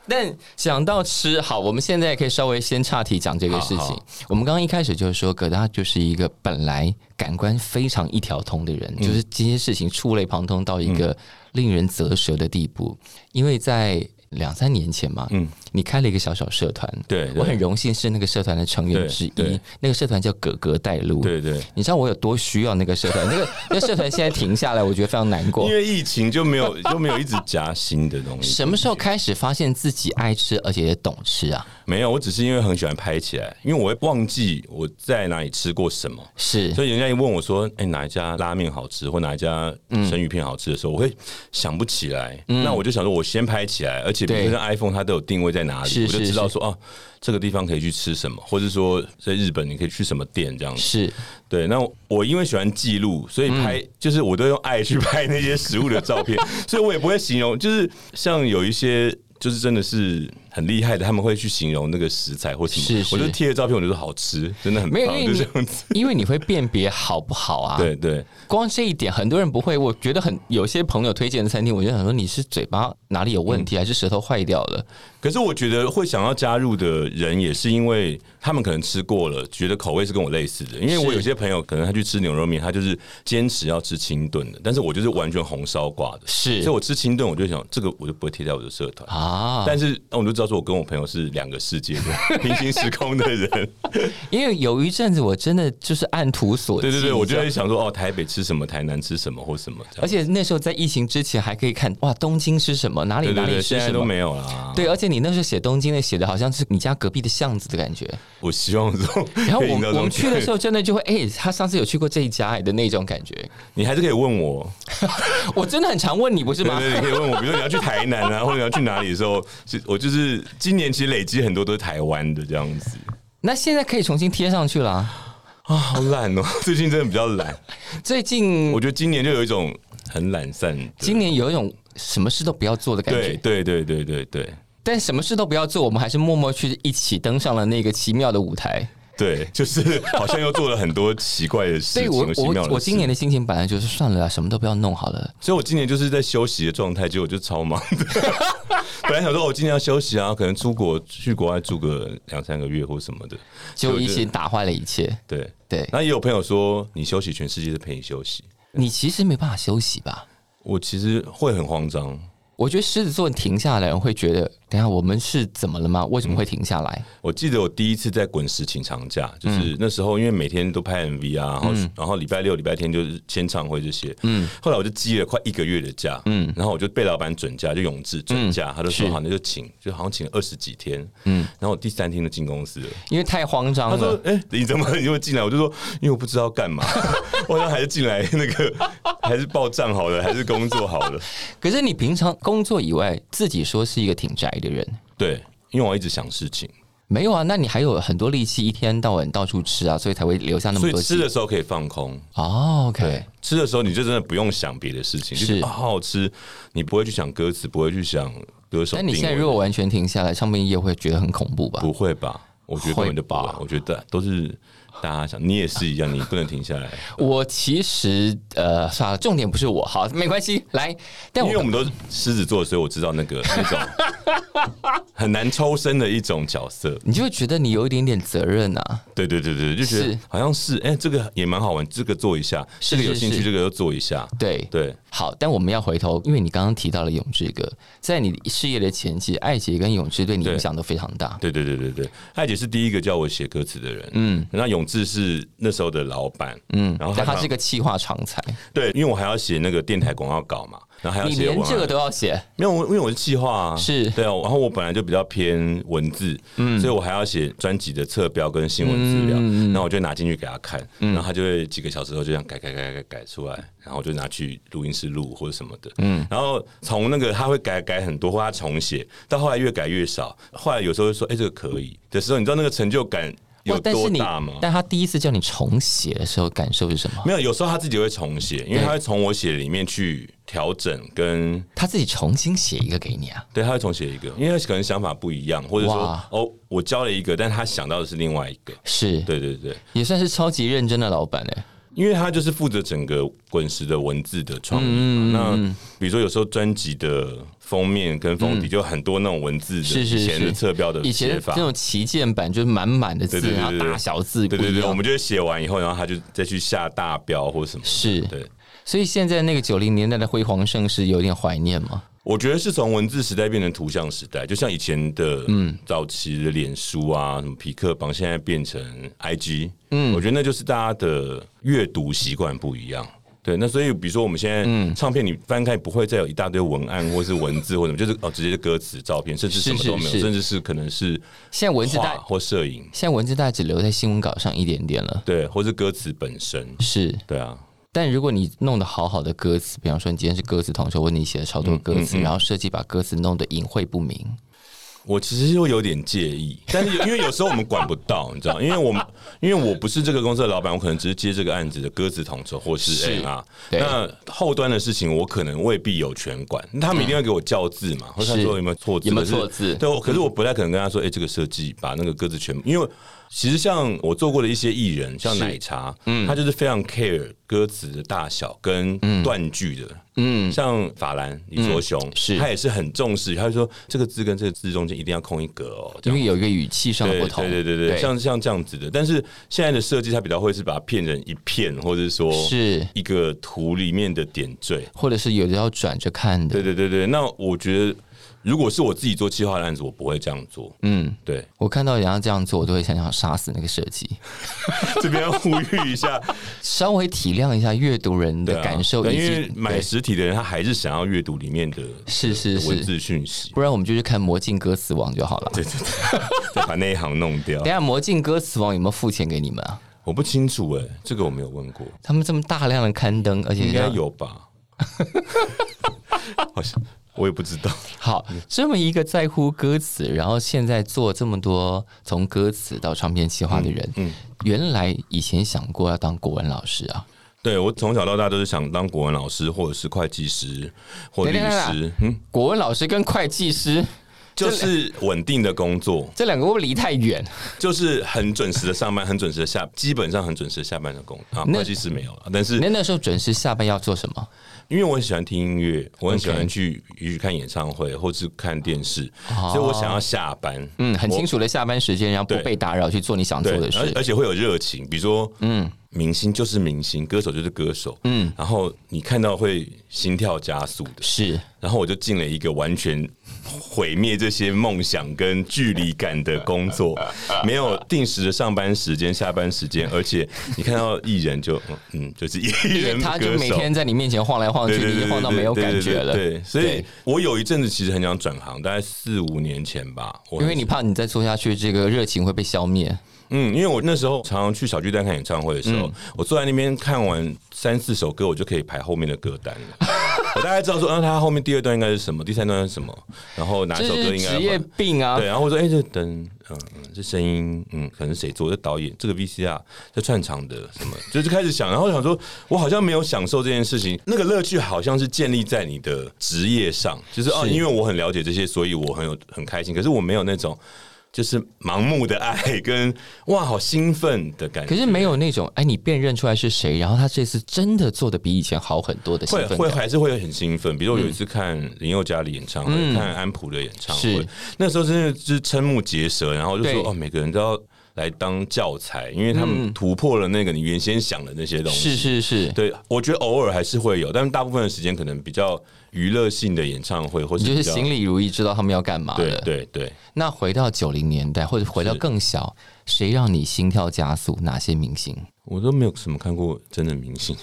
B: 但讲到吃，好，我们现在可以稍微先岔题讲这个事
C: 好
B: 情
C: 好。
B: 我们刚刚一开始就是说，葛大就是一个本来感官非常一条通的人，
C: 嗯
B: 就是这些事情触类旁通到一个令人啧舌的地步。因为在两三年前嘛，嗯，你开了一个小小社团，
C: 对对
B: 我很荣幸是那个社团的成员
C: 对
B: 之一
C: 对。
B: 那个社团叫“葛格带路”，
C: 对对，
B: 你知道我有多需要那个社团？那个 那个社团现在停下来，我觉得非常难过
C: 因。为疫情就没有 就没有一直加新的东西。
B: 什么时候开始发现自己爱吃，而且也懂吃啊？
C: 没有，我只是因为很喜欢拍起来，因为我会忘记我在哪里吃过什么。
B: 是，
C: 所以人家一问我说：“哎、哪一家拉面好吃，或哪一家
B: 嗯
C: 生鱼片好吃的时候，我会想不起来。那我就想说，我先拍起来，而且比如
B: 对
C: 说像 iPhone 它都有定位在哪里，
B: 是
C: 我
B: 是
C: 就知道说哦，这个地方可以去吃什么，或者说在日本你可以去什么店这样子。
B: 是嗯
C: 对，那我因为喜欢记录，所以拍、 就是我都用爱去拍那些食物的照 片，所以我也不会形容，就是像有一些。”就是真的是很厉害的，他们会去形容那个食材或什么，
B: 是是
C: 我就贴了照片，我就说好吃，真的很
B: 没
C: 棒
B: 有，，因为
C: 就这
B: 你
C: 样子。
B: 因为你会辨别好不好啊？，
C: 对对，
B: 光这一点很多人不会。我觉得很有些朋友推荐的餐厅，我就想说你是嘴巴哪里有问
C: 嗯
B: 题，还是舌头坏掉了？
C: 可是我觉得会想要加入的人，也是因为他们可能吃过了，觉得口味是跟我类似的。因为
B: 是
C: 我有些朋友可能他去吃牛肉面，他就是坚持要吃清炖的，但是我就是完全红烧挂的，
B: 是
C: 所以我吃清炖，我就想这个我就不会贴在我的社团。
B: 啊，
C: 但是那我就知道告诉我跟我朋友是两个世界的平行时空 的人。
B: 因为有一阵子我真的就是按图索骥，
C: 对对对，我就
B: 你
C: 在
B: 知道吗。
C: 想说，哦，台北吃什么，台南吃什么，或什么这样。
B: 而且那时候在疫情之前还可以看哇，东京吃什么，哪里
C: 对对
B: 哪
C: 对，
B: 里吃
C: 现在
B: 什
C: 都
B: 么。
C: 没有啦。
B: 对，而且你那时候写东京的，写的好像是你家隔壁的巷子的感 觉。
C: 我希望这种
B: 然后
C: 可以
B: 我
C: 营造
B: 们我
C: 这种
B: 们去的时
C: 候，
B: 候，真的就会哎、他上次有去过这一家哎、的那种感觉。
C: 你还是可以问我，
B: 我真的很常问你，不是
C: 对
B: 吗？
C: 对，对你可以问我，比如说你要去台南 啊，或者你要去哪里的时候，是我就是今年其实累积很多都是台湾的这样子
B: 那现在可以重新贴上去了啊。
C: 啊，好懒哦， 最近真的比较懒，
B: 最近
C: 我觉得今年就有一种很懒散的，
B: 今年有一种什么事都不要做的感
C: 对
B: 觉，
C: 对对对对对
B: 但什么事都不要做，我们还是默默去一起登上了那个奇妙的舞台。
C: 对， 就是好像又做了很多奇怪的事
B: 所以
C: 情，
B: 我
C: 和奇妙的
B: 我
C: 事
B: 我今年，的心情本来就是算了啦，啊什么都不要弄好了。
C: 所以我今年就是在休息的状态，结果就超忙 的。本来想说我今年要休息啊，可能出国去国外住个两三个月或什么的，
B: 结果疫
C: 所以
B: 情打坏了一切。
C: 我就对。
B: 对
C: 那也有朋友说，你休息，全世界都陪你休息。
B: 你其实没办法休息吧？
C: 我其实会很慌张，
B: 我觉得狮子座停下来的人会觉得，等一下我们是怎么了吗？为什么会停下来？
C: 我记得我第一次在滚石请长假，就是那时候因为每天都拍 MV 啊，然后、然后礼拜六、礼拜天就是签唱会这些。嗯，后来我就积了快一个月的假，嗯，然后我就被老板准假，就永志准假，他就说好，那就请，就好像请了二十几天，嗯，然后我第三天就进公司了。
B: 因为太慌
C: 嗯他
B: 张
C: 说
B: 了。：“
C: 哎、你怎么你怎么进来？”我就说：“因为我不知道干嘛， 我好像还是进来那个，还是报账好了，还是工作好 了。
B: 可是你平常工作以外，自己说是一个挺宅的人，”
C: 对，因为我一直想事情，
B: 没有啊？那你还有很多力气，一天到晚到处吃啊，所以才会留下那
C: 所
B: 么
C: 以
B: 多
C: 吃
B: 气。
C: 的时候可以放空，
B: 哦
C: 对
B: ，OK，，
C: 吃的时候你就真的不用想别的事情，就是是好好吃，你不会去想歌词，不会去想歌手
B: 那
C: 定位。
B: 你现在如果完全停下来，上半夜会觉得很恐怖吧？
C: 不会吧？我觉得根本就不
B: 会
C: 会
B: 吧，
C: 我觉得都是大家想，你也是一样，你不能停下来，
B: 我其实呃，算了，重点不是我，好，没关系，来，但
C: 因
B: 我
C: 为我们都是狮子座，所以我知道那个那种 很难抽身的一种角色。
B: 你就会觉得你有一点点责任啊，
C: 对对对对，就觉
B: 是
C: 得好像是哎、这个也蛮好玩，这个做一下，
B: 是
C: 这个有
B: 是
C: 兴趣，
B: 是
C: 这个又做一下，
B: 对。
C: 对。
B: 好，但我们要回头，因为你刚刚提到了永志哥，在你事业的前期，艾姐跟永志对你影响都非常大。
C: 对对对对对，艾姐是第一个叫我写歌词的人，嗯，那永志是那时候的老板，嗯，然后
B: 但他
C: 常
B: 是个气化常才，
C: 对，因为我还要写那个电台广告稿嘛，然后还要
B: 你
C: 写
B: 连
C: 文
B: 这个
C: 案。
B: 都要写，
C: 没有，我因为我是企划啊，
B: 是嗯
C: 对啊，然后我本来就比较偏文字，所以我还要写专辑的侧标跟新闻资料，然后我就拿进去给他看，
B: 嗯
C: 然后他就会几个小时后就这样改改改改改出来，然后我就拿去录音室录或者什么的，嗯，然后从那个他会改改很多，或他重写，到后来越改越少，后来有时候会说，哎，这个可以的时候，你知道那个成就感有
B: 哇但是
C: 多
B: 你
C: 大吗？
B: 哦但他第一次叫你重写的时候，感受是什么？
C: 没有，有时候他自己会重写，因为他会从我写的里面去调整跟
B: 他自己重新写一个给你啊？
C: 对，他会重写一个，因为他可能想法不一样，或者说
B: 哇
C: 哦，我教了一个，但他想到的是另外一个。
B: 是，
C: 对对对，
B: 也算是超级认真的老板哎、
C: 因为他就是负责整个滚石的文字的创意
B: 嗯
C: 嘛。那比如说有时候专辑的封面跟封底就很多那种文字的
B: 嗯是是
C: 以前的
B: 是
C: 侧标的
B: 以前
C: 写
B: 的
C: 法
B: 那。种旗舰版就是满满的字，
C: 对对对
B: 然后
C: 对对
B: 大小字哦不
C: 对
B: 一样。
C: 对对，我们就会写完以后，然后他就再去下大标或什么。
B: 是
C: 对，
B: 所以现在那个九零年代的辉煌盛世有点怀念嘛？
C: 我觉得是从文字时代变成图像时代，就像以前的嗯早期的脸书啊，什么匹克榜，现在变成 IG，嗯，我觉得那就是大家的阅读习惯不一样。对，那所以比如说我们现在
B: 嗯
C: 唱片，你翻开不会再有一大堆文案或是文字或什么，就是哦直接是歌词、照片，甚至什么都没有，
B: 是是是
C: 甚至是可能是
B: 现在文字大
C: 画，或摄影，
B: 现在文字大只留在新闻稿上一点点了。
C: 对，或是歌词本身，
B: 是，
C: 对啊，
B: 但如果你弄得好好的歌词，比方说你今天是歌词同学，我问你写了超多歌
C: 嗯
B: 词，然后设计把歌词弄得隐晦不明，
C: 我其实又有点介 意，但是有因为有时候我们管不到，你知道，因为我们因为我不是这个公司的老板，我可能只是接这个案子的歌词统筹或是 A 啊，
B: 对
C: 那后端的事情我可能未必有权管，他们一定要给我校字嘛，或者他说有没有错字，
B: 嗯有没有
C: 可是
B: 错字嗯
C: 对，我可是我不太可能跟他说，哎，这个设计把那个歌词全部，因为其实像我做过的一些艺人，像奶茶，嗯，他就是非常 care 歌词的大小跟断句的，嗯，像法兰李卓雄，
B: 嗯是
C: 他也是很重视，他就说这个字跟这个字中间一定要空一格哦，这
B: 因
C: 样。
B: 为有一个语气上的
C: 对
B: 不同。
C: 对对对对，像像这样子的，但是现在的设计，它比较会是把它片成一片，或者是说
B: 是，
C: 一个图里面的点缀。
B: 或者是有的要转着看的。
C: 对对对对，那我觉得如果是我自己做企划的案子，我不会这样做。
B: 嗯，
C: 对，
B: 我看到人家这样做，我都会想想杀死那个设计。
C: 这边要呼吁一下，
B: 稍微体谅一下阅读人
C: 对
B: 的
C: 啊
B: 感受，
C: 对
B: 以
C: 因为
B: 及
C: 买
B: 对
C: 实体的人，他还是想要阅读里面的
B: 是是
C: 文
B: 是，
C: 字讯息，
B: 不然我们就去看《魔镜歌词王》就好了。
C: 对对对， 再把那一行弄掉
B: 等一。下《魔镜歌词王》有没有付钱给你们啊？
C: 我不清楚哎、这个我没有问过，
B: 他们这么大量的刊登，而且
C: 应该
B: 让
C: 有 吧？好像我也不知道。
B: 好
C: 嗯
B: 这么一个在乎歌词，然后现在做这么多从歌词到唱片企划的人，
C: 嗯，
B: 原来以前想过要当国文老师啊？
C: 对我从小到大都是想当国文老师，或者是会计师，或
B: 等
C: 律
B: 一下
C: 师，嗯，
B: 国文老师跟会计师
C: 就是稳定的工作，
B: 这两个会不会离太远？
C: 就是很准时的上班，很准时的下，基本上很准时的下班的工啊。
B: 那
C: 会计师没有了，但是
B: 那那时候准时下班要做什么？
C: 因为我很喜欢听音乐，我很喜
B: OK
C: 欢去去看演唱会或是看电视，
B: 哦
C: 所以我想要下班，
B: 嗯，很清楚的下班时间，然后不
C: 对
B: 被打扰去做你想做
C: 对，
B: 的
C: 而
B: 事。
C: 而且会有热情，比如说，嗯，明星就是明星，歌手就是歌手，嗯，然后你看到会心跳加速的，
B: 是，
C: 然后我就进了一个完全毁灭这些梦想跟距离感的工 作，没有定时的上班时间、下班时间，而且你看到艺人就嗯嗯，就是艺
B: 因为
C: 人
B: 他就
C: 歌
B: 每
C: 手。
B: 天在你面前晃来晃去，
C: 对对
B: 你已
C: 对，
B: 经晃到没有
C: 对
B: 感觉了。
C: 对，对所以
B: 对
C: 我有一阵子其实很想转行，大概四五年前吧。我
B: 因
C: 很
B: 为你怕你再做下去，这个热情会被消灭。
C: 嗯，因为我那时候常常去小巨蛋看演唱会的时
B: 嗯
C: 候，我坐在那边看完三四首歌，我就可以排后面的歌单了。我大概知道说，啊，他后面第二段应该是什么，第三段是什么，然后哪
B: 这
C: 首歌
B: 是
C: 应该
B: 职
C: 要
B: 业
C: 换
B: 病啊
C: 对，！然后我说，哎、这灯，嗯嗯，这声音，嗯，可能谁做？这导演，这个 VCR，这串场的什么， 就是开始想，然后想说，我好像没有享受这件事情，那个乐趣好像是建立在你的职业上，就是哦，
B: 是
C: 因为我很了解这些，所以我很有很开心，可是我没有那种。就是盲目的爱跟哇，好兴奋的感觉。
B: 可是没有那种哎，你辨认出来是谁，然后他这次真的做的比以前好很多的兴
C: 会
B: 奋
C: 会
B: 感。
C: 还是会很兴奋，比如我有一次看林宥嘉的演唱会，看安普的演唱会
B: 嗯是，
C: 那时候真的是瞠目结舌，然后就
B: 对嗯
C: 说哦，每个人都要来当教材，因为他们突破了那个你原先想的那些东西。
B: 是是是，
C: 对，我觉得偶尔还是会有，但大部分的时间可能比较娱乐性的演唱会，或
B: 你
C: 是
B: 就是
C: 比较
B: 行礼如意，知道他们要干嘛
C: 对
B: 了。
C: 对对，
B: 那回到九零年代，或者回到
C: 是
B: 更小，谁让你心跳加速？哪些明星？
C: 我都没有什么看过真的 明星，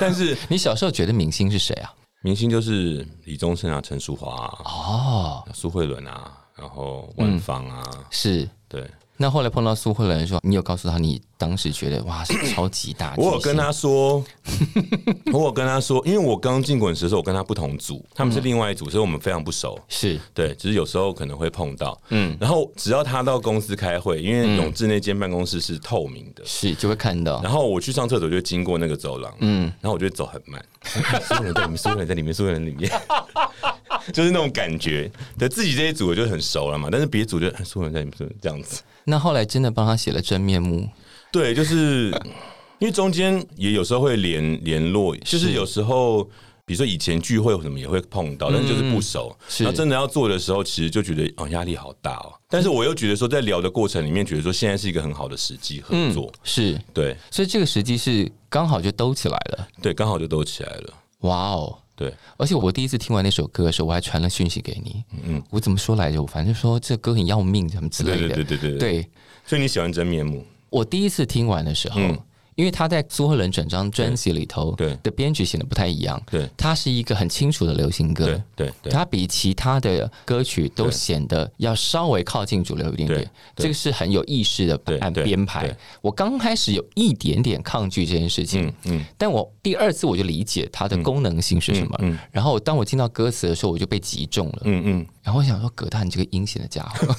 C: 但是
B: 你小时候觉得明星是谁啊？
C: 明星就是李宗盛啊、陈淑华啊、
B: 哦，
C: 苏慧伦啊，然后万芳
B: 嗯
C: 啊，
B: 是。
C: 对。
B: 那后来碰到苏慧伦的时候，你有告诉他你当时觉得哇是 超级大巨星？
C: 我有跟他 说，我有跟他说，因为我刚进滚石的时候，我跟他不同组，他们是另外一组，所以我们非常不熟。
B: 是
C: 对，只是有时候可能会碰到，嗯，然后只要他到公司开会，因为永志那间办公室是透明的，
B: 是就会看到
C: 然后我去上厕所就经过那个走廊，嗯，然后我就会走很慢， 所有人在里面，所有人在里面，所有人在里面， 就是那种感觉。对自己这一组我就很熟了嘛，但是别组就哎所有人在里面，所有人这样子。
B: 那后来真的帮他写了真面目，
C: 对，就是因为中间也有时候会联联络，就是有时候比如说以前聚会或什么也会碰到，但是嗯就是不熟。
B: 是
C: 然后真的要做的时候，其实就觉得哦压力好大哦。但是我又觉得说，在聊的过程里面，觉得说现在是一个很好的时机合作。
B: 是，
C: 对
B: 所以这个时机是刚好就兜起来了。
C: 对，刚好就都起来了。
B: 哇哦！
C: 对，
B: 而且我第一次听完那首歌的时候，我还传了讯息给你。嗯，我怎么说来着？我反正说这歌很要命什么之类
C: 对
B: 的。
C: 对对对对对。
B: 对
C: 所以你喜欢真面目？
B: 我第一次听完的时候，
C: 嗯
B: 因为他在苏慧伦整张专辑里头
C: 对
B: 的编曲显得不太一样，
C: 对
B: 它是一个很清楚的流行歌，
C: 对对对
B: 它比其他的歌曲都显得要稍微靠近主流一点点
C: 对，对
B: 这个是很有意识的
C: 对
B: 按
C: 对
B: 编排
C: 对。
B: 我刚开始有一点点抗拒这件事情，
C: 嗯
B: 但我第二次我就理解它的功能性是什么。
C: 嗯
B: 然后当我听到歌词的时候，我就被击中了。
C: 嗯嗯。
B: 然后我想说，葛大，你这个阴险的家伙，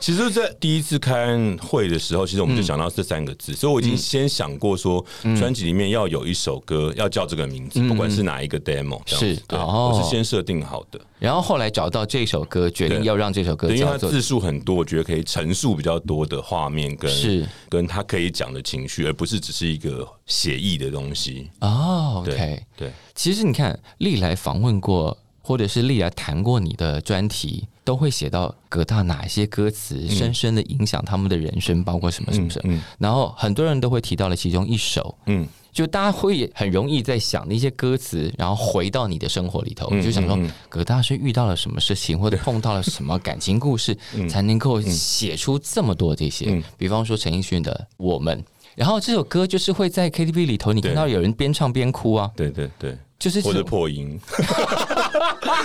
C: 其实，在第一次开会的时候，其实我们就想到这三个字，
B: 嗯
C: 所以我已经先想过说，专辑里面要有一首歌要叫这个名字，不管是哪一个 demo，这样子
B: 嗯是
C: 对，
B: 哦
C: 我是先设定好的，
B: 然后后来找到这首歌，决定
C: 对
B: 要让这首歌
C: 对，因为
B: 叫
C: 它
B: 做
C: 字数很多，我觉得可以陈述比较多的画面跟
B: 是
C: 跟他可以讲的情绪，而不是只是一个写意的东西。
B: 哦
C: 对
B: ，OK。
C: 对，
B: 其实你看，历来访问过或者是历来谈过你的专题，都会写到葛大哪些歌词深深的影响他们的人生，包括什么什么什么。
C: 嗯
B: 然后很多人都会提到了其中一首，
C: 嗯，
B: 就大家会很容易在想那些歌词，然后回到你的生活里头，
C: 嗯
B: 就想说
C: 嗯嗯
B: 葛大是遇到了什么事情，或者碰到了什 么感情故事，
C: 嗯
B: 才能够写出这么多这些。比方说陈奕迅的《我们》。然后这首歌就是会在 KTV 里头，你看到有人边唱边哭啊，
C: 对对对，
B: 就是这
C: 或者
B: 种
C: 破音，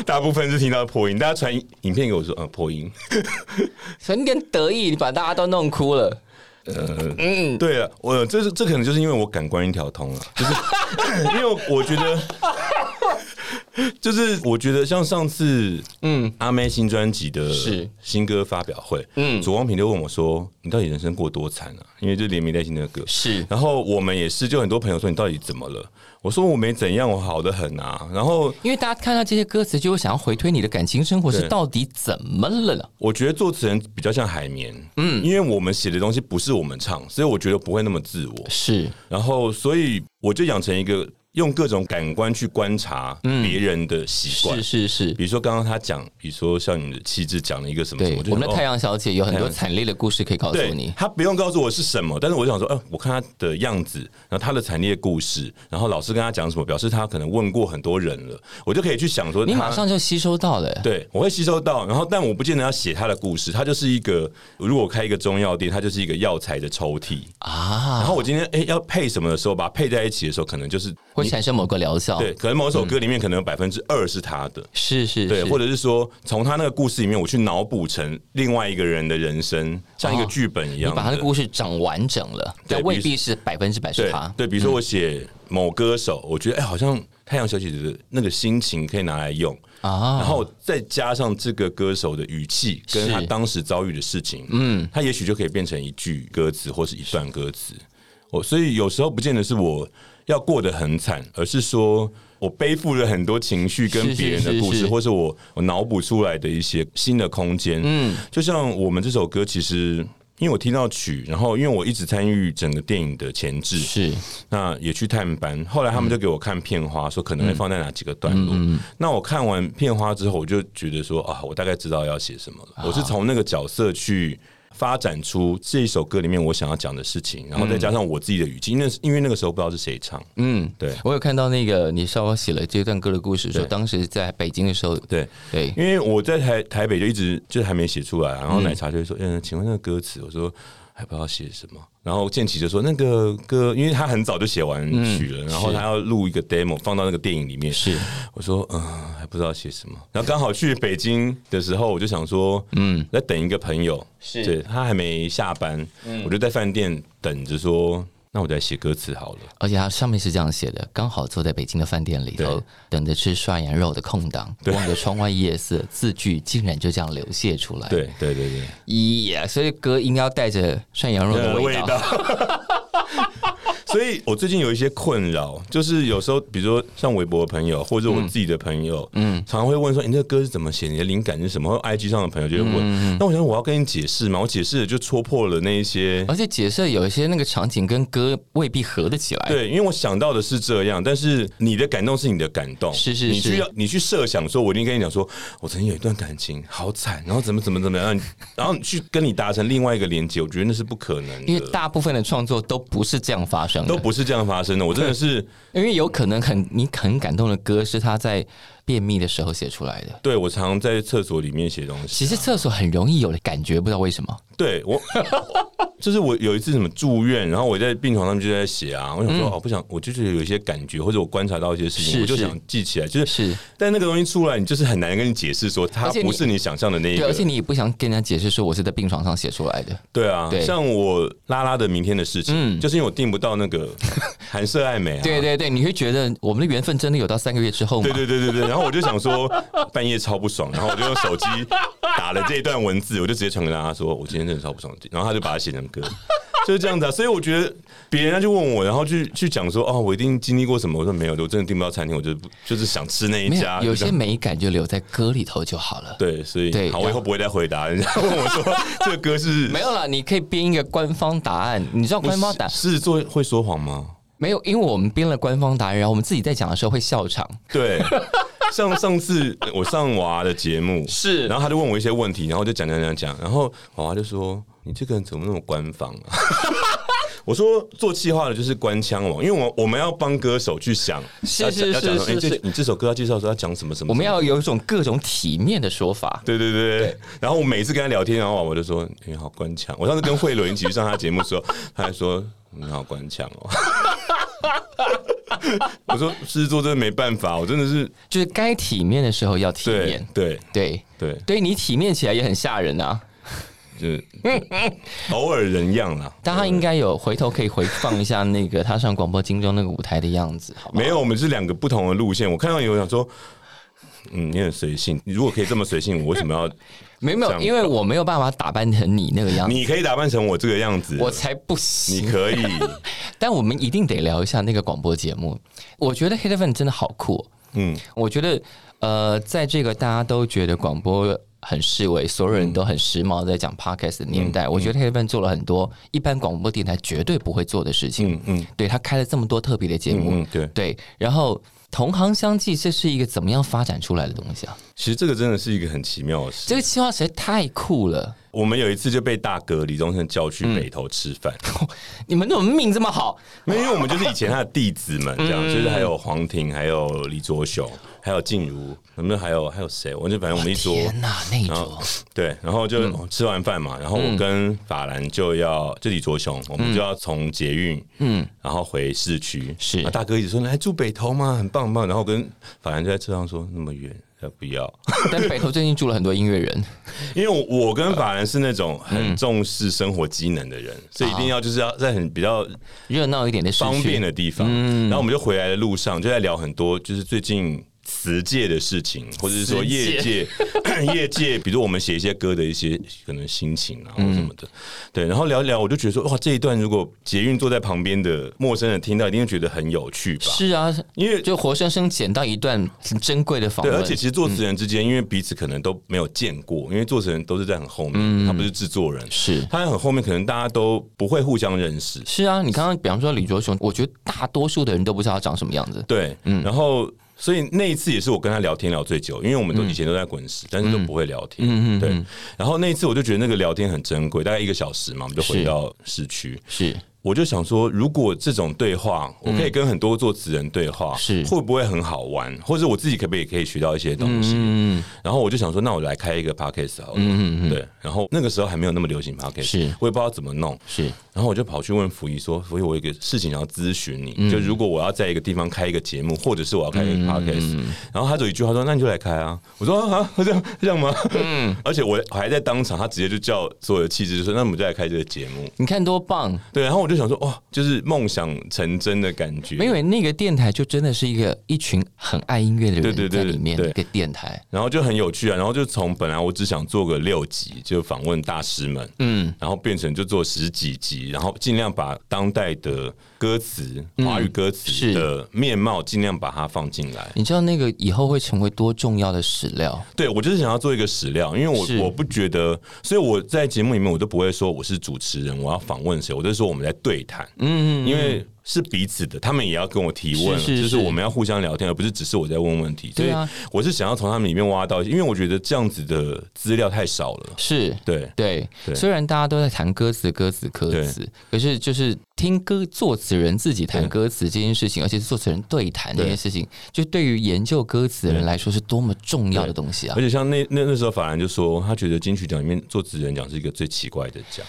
C: 大部分是听到破音，大家传影片给我说，呃，破音。
B: 有点得意，你把大家都弄哭了。
C: 对了，我这是这可能就是因为我感官一条通了，就是 因为我觉得。就是我觉得像上次，嗯，阿妹新专辑的
B: 是
C: 新歌发表会，嗯，左光平就问我说：“你到底人生过多惨啊？”因为就连名带姓的歌，
B: 是
C: 然后我们也是，就很多朋友说你到底怎么了？我说我没怎样，我好的很啊。然后
B: 因为大家看到这些歌词，就会想要回推你的感情生活是
C: 对
B: 到底怎么了呢？
C: 我觉得作词人比较像海绵，嗯，因为我们写的东西不是我们唱，所以我觉得不会那么自我。
B: 是
C: 然后，所以我就养成一个用各种感官去观察别人的习
B: 嗯
C: 惯。
B: 是是是，
C: 比如说刚刚他讲，比如说像你的气质讲了一个什么什
B: 对
C: 么，，就
B: 我们的
C: 觉得哦嗯
B: 太阳小姐有很
C: 太
B: 多
C: 阳
B: 惨烈的故事可以告诉
C: 对
B: 你，。
C: 他不用告诉我是什么，但是我想说，呃，我看他的样子，然后他的惨烈故事，然后老师跟他讲什么，表示他可能问过很多人了，我就可以去想说他，
B: 你马上就吸收到了，
C: 对我会吸收到，然后但我不见得要写他的故事，他就是一个，如果我开一个中药店，它就是一个药材的抽屉，然
B: 啊，
C: 后我今天哎、要配什么的时候，把它配在一起的时候，可能就是
B: 会产生某个疗效。
C: 对，可能某首歌里面可能有百分之二是他的。
B: 是是
C: 对，
B: 是，
C: 或者是说从他那个故事里面，我去脑补成另外一个人的人生，像一个
B: 哦
C: 剧本一
B: 你
C: 样的。
B: 把他的故事讲完整了，但
C: 对比如
B: 未必是百分之百是
C: 对
B: 他。
C: 对，比如说我写某歌手，我觉得哎、好像太阳小姐姐的那个心情可以拿来用，然
B: 啊，
C: 后再加上这个歌手的语气跟
B: 是
C: 他当时遭遇的事情，嗯，他也许就可以变成一句歌词或是一段歌词。我所以有时候不见得是我要过得很惨，而是说我背负了很多情绪
B: 是
C: 跟别人的
B: 是
C: 故事，
B: 是
C: 或是我我脑补出来的一些新的空间。嗯，就像我们这首歌，其实因为我听到曲，然后因为我一直参与整个电影的前置，
B: 是
C: 那也去探班，后来他们就给我看片花，说可能会放在哪几个段落。那我看完片花之后，我就觉得说啊，我大概知道要写什么了。我是从那个角色去发展出这一首歌里面我想要讲的事情，然后再加上我自己的语境，因为因为那个时候不知道是谁唱，嗯，对
B: 我有看到那个你稍微写了这段歌的故事，说当时在北京的时候，
C: 对。
B: 对
C: 因为我在台台北就一直就还没写出来，然后奶茶就会说：“嗯，请问那个歌词？”我说：“还不知道写什么。”然后建奇就说：“那个歌，因为他很早就写完曲了，然后他要录一个 demo 放到那个电影里面。”
B: 是
C: 我说：“嗯，还不知道写什么。”然后刚好去北京的时候，我就想说：“嗯，在等一个朋友，
B: 是
C: 对他还没下班，我就在饭店等着说。”那我再写歌词好了。
B: 而且它上面是这样写的：刚好坐在北京的饭店里头
C: 对，
B: 等着吃涮羊肉的空档，望着窗外夜色，字句竟然就这样流泻出来。，
C: 对对对对，
B: 耶！所以歌应该要带着涮羊肉
C: 呃
B: 的味道。。
C: 所以我最近有一些困扰，就是有时候，比如说像微博的朋友，或者我自己的朋友，嗯，常常会问说：“你这个歌是怎么写？你的灵感是什么？”或者 IG 上的朋友就会
B: 嗯
C: 问。那我想，我要跟你解释嘛？我解释了就戳破了那一些。
B: 而且解释有一些那个场景跟歌未必合得起来。，
C: 对，因为我想到的是这样，但是你的感动是你的感动，
B: 是是
C: 你
B: 是
C: 去要你去设想说，我一定跟你讲说，我曾经有一段感情好惨，然后怎么怎么怎么样， 然后你然后你去跟你达成另外一个连接，我觉得那是不可能
B: 因为
C: 的，
B: 大部分的创作都不是这样发生的，
C: 都不是这样发生的。我真的是。
B: 因为有可能很你很感动的歌是他在便秘的时候写出来的。
C: 对，我常在厕所里面写东
B: 其
C: 西。啊
B: 实厕所很容易有了感觉，不知道为什么。
C: 对我， 就是我有一次什么住院，然后我在病床上面就在写啊，我想说、哦，不想，我就是有一些感觉，或者我观察到一些事情，
B: 嗯是
C: 我就是想记起来。就是，
B: 是
C: 但那个东西出来，你就是很难跟你解释说它
B: 而且你
C: 不是你想象的那一
B: 对，
C: 个
B: 而。且你也不想跟人家解释说我是在病床上写出来的。
C: 对啊，
B: 对嗯
C: 像我拉拉的明天的事情，就是因为我订不到那个 韩舍爱美啊。
B: 对对对，你会觉得我们的缘分真的有到三个月之后吗？
C: 对对对对对，然后我就想说半夜超不爽，然后我就用手机打了这一段文字，我就直接传给大家说，我今天真的超不爽，然后他就把它写成歌，就是这样子啊。所以我觉得别人家就问我，然后去去讲说哦，我一定经历过什么，我说没有，我真的订不到餐厅，我就不就是想吃那一
B: 没
C: 家。
B: 有，有
C: 就这
B: 些
C: 样
B: 美感就留在歌里头就好了。
C: 对，所
B: 对
C: 以
B: 然后
C: 好，我以后不会再回答人家问我说这个歌是
B: 没有啦，你可以编一个官方答案。你知道官方答
C: 是是做会说谎吗？
B: 没有？因为我们编了官方答案，然后我们自己在讲的时候会笑场。
C: 对。像上次我上娃的节目，
B: 是
C: 然后他就问我一些问题，然后我就讲讲讲讲，然后娃娃就说：“你这个人怎么那么官方啊？” 我说做企划的就是官腔王，因为我我们要帮歌手去想，
B: 是
C: 要
B: 是
C: 要讲
B: 是
C: 说哎
B: 是
C: 这
B: 是
C: 你这首歌要介绍的时候要讲什么什么，
B: 我们
C: 什么
B: 要有一种各种体面的说法。
C: 对对对，然后我每一次跟他聊天，然后我就说你好官腔。我上次跟慧伦一起去上他节目的时候， 他还说你好官腔哦。 我说狮子座真的没办法，我真的是
B: 就是该体面的时候要体
C: 对
B: 面，
C: 对
B: 对
C: 对，
B: 对，你体面起来也很吓人啊！
C: 就是偶尔人样啦。
B: 大家应该有回头可以回放一下那个他上广播金钟那个舞台的样子，好吗？
C: 没有，我们是两个不同的路线。我看到你，我想说，嗯，你很随性。你如果可以这么随性，我为什 么要？
B: 没有没有，
C: 这样
B: 因为我没有办法打扮成你那个样子，
C: 你可以打扮成我这个样子，
B: 我才不
C: 你
B: 行。
C: 可以。
B: 但我们一定得聊一下那个广播节目。我觉得 Hit FM 真的好酷哦、
C: 嗯，
B: 我觉得呃，在这个大家都觉得广播很视
C: 嗯
B: 为所有人都很时髦，在讲 podcast 的年代，我觉得 Hit FM 做了很多一般广播电台绝对不会做的事情。
C: 嗯嗯
B: 对他开了这么多特别的节目，
C: 嗯嗯对
B: 对，然后同行相继，这是一个怎么样发展出来的东西啊？
C: 其实这个真的是一个很奇妙的事。
B: 这个计划实在太酷了！
C: 我们有一次就被大哥李宗盛叫去北投吃 饭，
B: 你们怎么命这么好？
C: 没有，因为我们就是以前他的弟子们这
B: 嗯
C: 样，就是还有黄庭，还有李卓雄，还有静茹，我们还有还有谁？我就反正我们一桌，
B: 天哪，那一
C: 然
B: 桌
C: 后对，然后就、哦吃完饭嘛，然后我跟法兰就要就李卓雄，我们就要从捷运，嗯，然后回市区。
B: 是
C: 然后大哥一直说来住北投吗？很棒很棒。然后我跟法兰就在车上说那么远。呃不要，
B: 但北投最近住了很多音乐人，
C: 因为我我跟法兰是那种很重视生活机能的人，所以一定要就是要在很比较
B: 热闹一点的市
C: 方便
B: 区，
C: 的地方。
B: 嗯
C: 然后我们就回来的路上就在聊很多，就是最近。词界的事情，或者是说
B: 词界
C: 业界，业界，比如我们写一些歌的一些可能心情
B: 嗯
C: 啊，或什么的，对，然后聊一聊，我就觉得说，哇，这一段如果捷运坐在旁边的陌生人听到，一定会觉得很有趣吧？
B: 是啊，
C: 因为
B: 就活生生捡到一段很珍贵的访
C: 对，
B: 问，
C: 而且其实作词人之间，因为彼此可能都没有见过，因为作词人都是在很后面，他不是制作人，
B: 嗯是
C: 他在很后面，可能大家都不会互相认识，
B: 是啊，你刚刚比方说李卓雄，我觉得大多数的人都不知道他长什么样子。
C: 对，
B: 嗯
C: 然后所以那一次也是我跟他聊天聊最久，因为我
B: 嗯
C: 们都以前都在滚石，但是都不会聊天，对。然后那一次我就觉得那个聊天很珍贵，大概一个小时嘛，我们就回
B: 是
C: 到市区。
B: 是
C: 我就想说，如果这种对话，我可以跟很多作词人对话，
B: 嗯是
C: 会不会很好玩？或者我自己可不可以可以学到一些东
B: 嗯
C: 西？然后我就想说，那我来开一个 podcast 好了，对。然后那个时候还没有那么流行 podcast，
B: 嗯是
C: 我也不知道怎么弄，
B: 是，
C: 然后我就跑去问溥仪说：“溥仪，我有一个事情要咨询你，就如果我要在一个地方开一个节目，或者是我要开一个 podcast，、然后他就一句话说：‘那你就来开啊。’我说：‘啊，这样这样吗？’嗯， 而且我还在当场，他直接就叫所有的气质就说：‘那我们就来开这个节目。
B: 你看多棒！’
C: 对，然后我就想说：‘哇，就是梦想成真的感觉。’
B: 因为那个电台就真的是一个一群很爱音乐的
C: 对
B: 人
C: 对
B: 在
C: 对
B: 里面的
C: 对
B: 一个电台。
C: 然后就很有趣啊，然后就从本来我只想做个六集，就访问大师们，嗯，然后变成就做十几集，然后尽量把当代的歌词、华语歌
B: 是
C: 词的面貌尽量把它放进来。
B: 你知道那个以后会成为多重要的史料？
C: 对我就是想要做一个史料，因为
B: 是
C: 我我不觉得，所以我在节目里面我都不会说我是主持人，我要访问谁，我就说我们在对谈，嗯，因为。是彼此的，他们也要跟我提问，
B: 是是
C: 就是
B: 是
C: 我们要互相聊天，而不是只是我在问问题。所以
B: 对啊
C: 我是想要从他们里面挖到一些，因为我觉得这样子的资料太少了。
B: 是。
C: 对，
B: 对，
C: 对
B: 虽然大家都在谈歌词、歌词、歌词，可是就是听歌作词人自己谈
C: 对
B: 歌词这件事情，而且是作词人对谈这
C: 对
B: 件事情，就对于研究歌词的人
C: 对
B: 来说是多么重要的东西啊
C: 而！且像那那那时候法兰就说，他觉得金曲奖里面做职人奖是一个最奇怪的奖。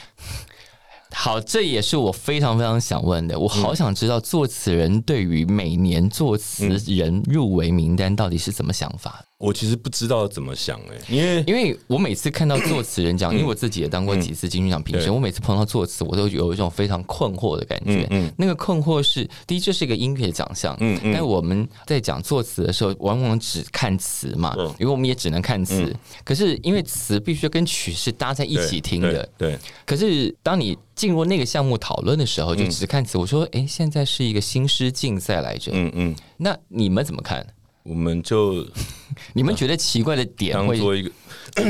B: 好，这也是我非常非常想问的。我
C: 嗯
B: 好想知道作词人对于每年作词
C: 嗯
B: 人入围名单到底是怎么想法的？
C: 我其实不知道怎么想哎、因为
B: 因为我每次看到作词人奖，因为我自己也当过几次金曲奖评审，
C: 嗯对嗯
B: 我每次碰到作词，我都有一种非常困惑的感觉。那个困惑是，第一，这是一个音乐奖项，
C: 嗯
B: 但我们在讲作词的时候，往往只看词嘛，
C: 嗯
B: 因为我们也只能看词。可是因为词必须跟曲是搭在一
C: 对
B: 起听的，
C: 对，对
B: 可是当你进入那个项目讨论的时
C: 嗯
B: 候，就只看词。我说，哎、现在是一个新诗竞赛来着，
C: 嗯嗯，
B: 那你们怎么看？
C: 我们就
B: 你们觉得奇怪的点
C: 嗯当
B: 会
C: 做一个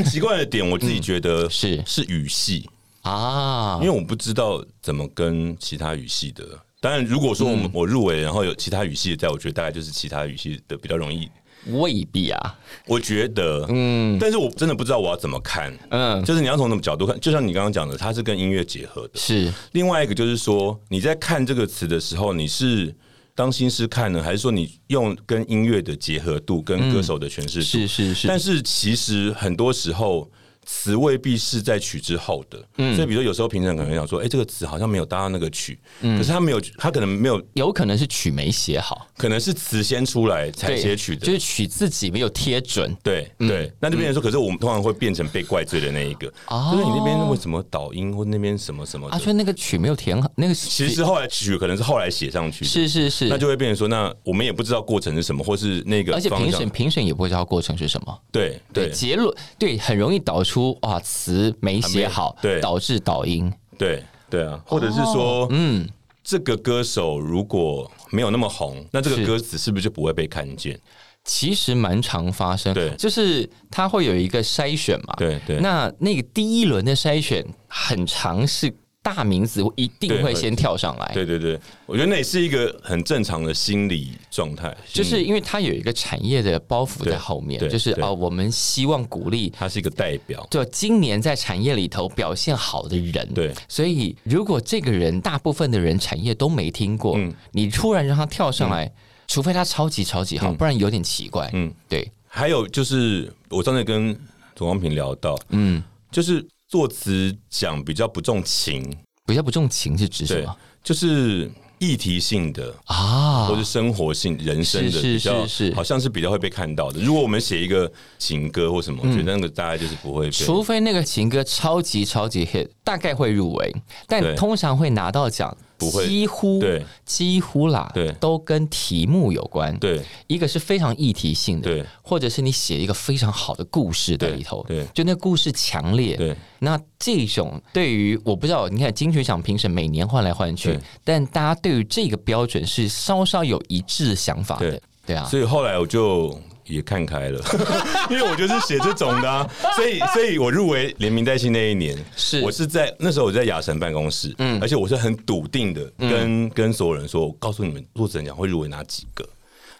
C: 奇怪的点，我自己觉得
B: 是
C: 是语系，
B: 啊
C: 因为？我不知道怎么跟其他语系嗯的。当然，如果说我们我入围，然后有其他语系的在，我觉得大概就是其他语系的比较容易
B: 未必啊，
C: 我觉得，嗯，但是我真的不知道我要怎么看，
B: 嗯，
C: 就是你要从什么角度看，就像你刚刚讲的，它是跟音乐结合的。
B: 是
C: 另外一个就是说，你在看这个词的时候，你是当新诗看呢，还是说你用跟音乐的结合度、跟歌手的诠释度？
B: 是是是，
C: 但是其实很多时候。词未必是在曲之后的，
B: 嗯
C: 所以比如说有时候评审可能想说，哎、这个词好像没有搭到那个曲，
B: 嗯
C: 可是他没有，他可能没有，
B: 有可能是曲没写好，
C: 可能是词先出来才
B: 对，
C: 写曲的
B: 就，是曲自己没有贴准，
C: 对对，那就变成说，可是我们通常会变成被怪罪的那一个，
B: 嗯哦
C: 就是你那边为什么导音或那边什么什么
B: 啊，
C: 的，
B: 所以那个曲没有填好，那个其
C: 其实后来曲可能是后来写上去的，
B: 是是是，
C: 那就会变成说，那我们也不知道过程是什么，或是那个
B: 而且
C: 方
B: 评
C: 向
B: 审评审也不会知道过程是什么，
C: 对对
B: 结论对很容易导出啊词没写好，
C: 对
B: 导致导音，
C: 对对啊，或者是说，
B: 哦
C: 嗯。这个歌手如果没有那么红，那这
B: 是
C: 个歌词是不是就不会被看见？
B: 其实蛮常发生，
C: 对
B: 就是它会有一个筛选嘛，
C: 对对
B: 啊那那个第一轮的筛选很常是大名字一定
C: 对
B: 会
C: 会
B: 先跳上来，
C: 对对对，我觉得那也是一个很正常的心理状态，
B: 就是因为它有一个产业的包袱在
C: 对
B: 后面，
C: 对
B: 就是
C: 对
B: 啊、我们希望鼓励
C: 它是一个代表。
B: 就今年在产业里头表现好的人，
C: 对
B: 所以如果这个人大部分的人产业都没听过，
C: 嗯
B: 你突然让他跳上来，除非他超级超级好，不然有点奇怪，嗯
C: 嗯，
B: 对，
C: 还有就是，我上次跟左光平聊到，嗯，就是作词讲比较不重情，
B: 比较不重情是指什
C: 对
B: 么，
C: 就是议题性的。
B: 啊
C: 或？是生活性、人生
B: 是
C: 的
B: 是
C: 比较，
B: 是是
C: 好像是比较会被看到的。如果我们写一个情歌或
B: 嗯
C: 什么，我觉得那个大概就是不会被。
B: 除非那个情歌超级超级 hit，大概会入围，但
C: 对
B: 通常会拿到奖，
C: 不会
B: 几乎
C: 对
B: 几乎啦，
C: 对
B: 都跟题目有关，，
C: 对
B: 一个是非常议题性的，
C: 对，
B: 或者是你写一个非常好的故事在里头，
C: 对对
B: 就那故事强烈，
C: 对
B: 那这种对于我不知道，你看金曲奖评审每年换来换去
C: 对，
B: 但大家对于这个标准是稍稍有一致的想法的
C: 对，
B: 对啊，
C: 所以后来我就也看开了， 因为我就是写这种的、啊，所以所以我入围连名带姓那一年，
B: 是
C: 我是在那时候我在雅神办公室，嗯，而且我是很笃定的
B: 嗯
C: 跟、跟所有人说，我告诉你们，作者奖会入围哪几个，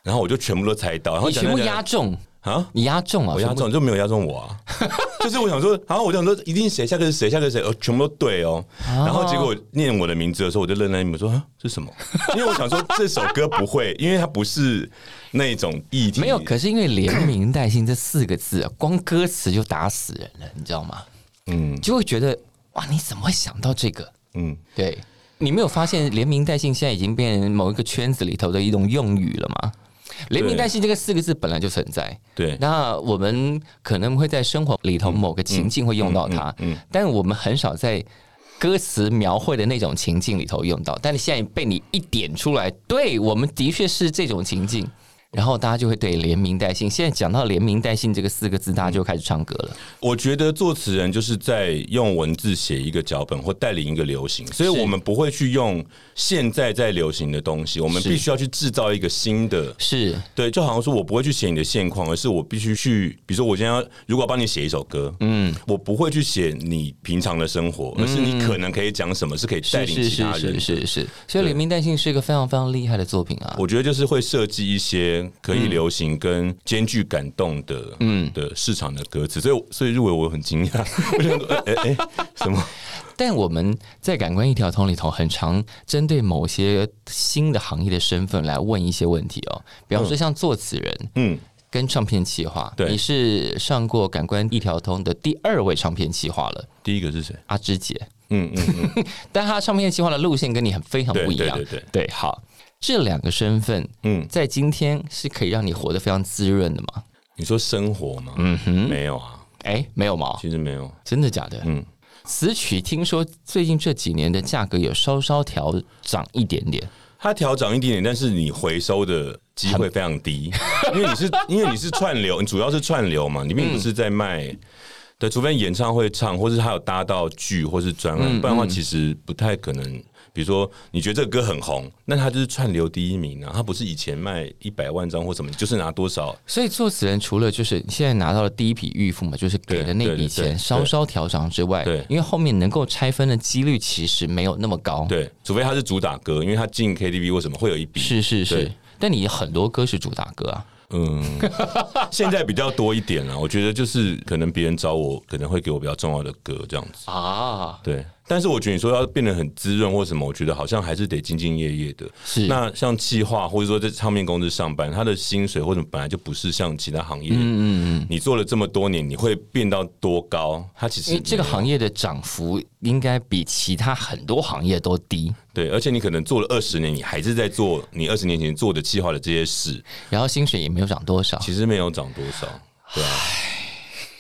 C: 然后我就全部都猜到，然后
B: 你
C: 讲
B: 全部
C: 讲讲
B: 压中，
C: 啊，
B: 你压中了，
C: 我压
B: 全部
C: 中就没有压中我 啊，就是我想说，然后我就想说，一定谁下个是谁，下个是谁，呃，全部都对哦。然后结果念我的名字的时候，我就愣在那里，我说啊，这是什么？ 因为我想说这首歌不会，因为它不是那种议题，
B: 没有，可是因为连名带姓这四个字、啊，光歌词就打死人了，你知道吗？
C: 嗯
B: 就会觉得哇，你怎么会想到这个？
C: 嗯，
B: 对你没有发现连名带姓现在已经变成某一个圈子里头的一种用语了吗？连名带姓这个四个字本来就存在，
C: 对
B: 那我们可能会在生活里头某个情境会用到它，
C: 嗯嗯嗯
B: 但我们很少在歌词描绘的那种情境里头用到。但是现在被你一点出来，对我们的确是这种情境，然后大家就会对连名带姓。现在讲到连名带姓这个四个字，大家就开始唱歌了。
C: 我觉得作词人就是在用文字写一个脚本或带领一个流行，所以
B: 是
C: 我们不会去用现在在流行的东西，我们
B: 是
C: 必须要去制造一个新的
B: 是
C: 对，就好像说我不会去写你的现况，而是我必须去，比如说我今天要如果要帮你写一首歌，嗯，我不会去写你平常的生活，而是你可能可以讲什么是可以
B: 是
C: 带领
B: 是
C: 其他
B: 是
C: 人
B: 是
C: 的
B: 是是，所以连名带姓是一个非常非常厉害的作品啊。
C: 我觉得就是会设计一些可以流行跟兼具感动的，嗯的市场的歌词，所以我所以入围我很惊讶， 我想说，哎、哎、哎什么？
B: 但我们在感官一条通里头，很常针对某些新的行业的身份来问一些问题哦，比方说像作词人。
C: 嗯，
B: 跟唱片企划，
C: 对
B: 你是上过《感官一条通》的第二位唱片企划了，
C: 第一个是谁？
B: 阿芝姐。
C: 嗯嗯嗯，
B: 但她唱片企划的路线跟你很非常
C: 对
B: 不一样。
C: 对对
B: 对好，这两个身份，嗯
C: 嗯，
B: 在今天是可以让你活得非常滋润的吗？
C: 你说生活吗？嗯哼，没有啊，
B: 哎，没有吗？
C: 其实没有，
B: 真的假的？嗯
C: 嗯，
B: 词曲听说最近这几年的价格有稍稍调涨一点点，
C: 它调涨一点点，但是你回收的机会非常低，因为你是因为你是串流，你主要是串流嘛，你并不是在卖。对，除非你演唱会唱，或是他有搭到剧或是专案，不然的话其实不太可能。比如说，你觉得这个歌很红，那它就是串流第一名啊，它不是以前卖一百万张或什么，你就是拿多少。
B: 所以作词人除了就是你现在拿到了第一笔预付嘛，就是给的那
C: 对对
B: 笔
C: 对对
B: 钱稍稍调涨之外，
C: 对
B: 因为后面能够拆分的几率其实没有那么高，，
C: 对，除非它是主打歌，因为它进 KTV 或什么会有一笔。
B: 是是是
C: 对。
B: 但你很多歌是主打歌啊，
C: 嗯，现在比较多一点了。我觉得就是可能别人找我，可能会给我比较重要的歌这样子。
B: 啊，
C: 对，但是我觉得你说要变得很滋润或什么，我觉得好像还是得兢兢业业的。
B: 是
C: 那像企划或者说在唱片公司上班，他的薪水或者本来就不是像其他行业，嗯嗯嗯，你做了这么多年，你会变到多高？他其
B: 因
C: 实
B: 为这个
C: 没有
B: 行业的涨幅应该比其他很多行业都低，
C: 对，而且你可能做了二十年，你还是在做你二十年前做的计划的这些事，
B: 然后薪水也没有涨多少。
C: 其实没有涨多少，对啊。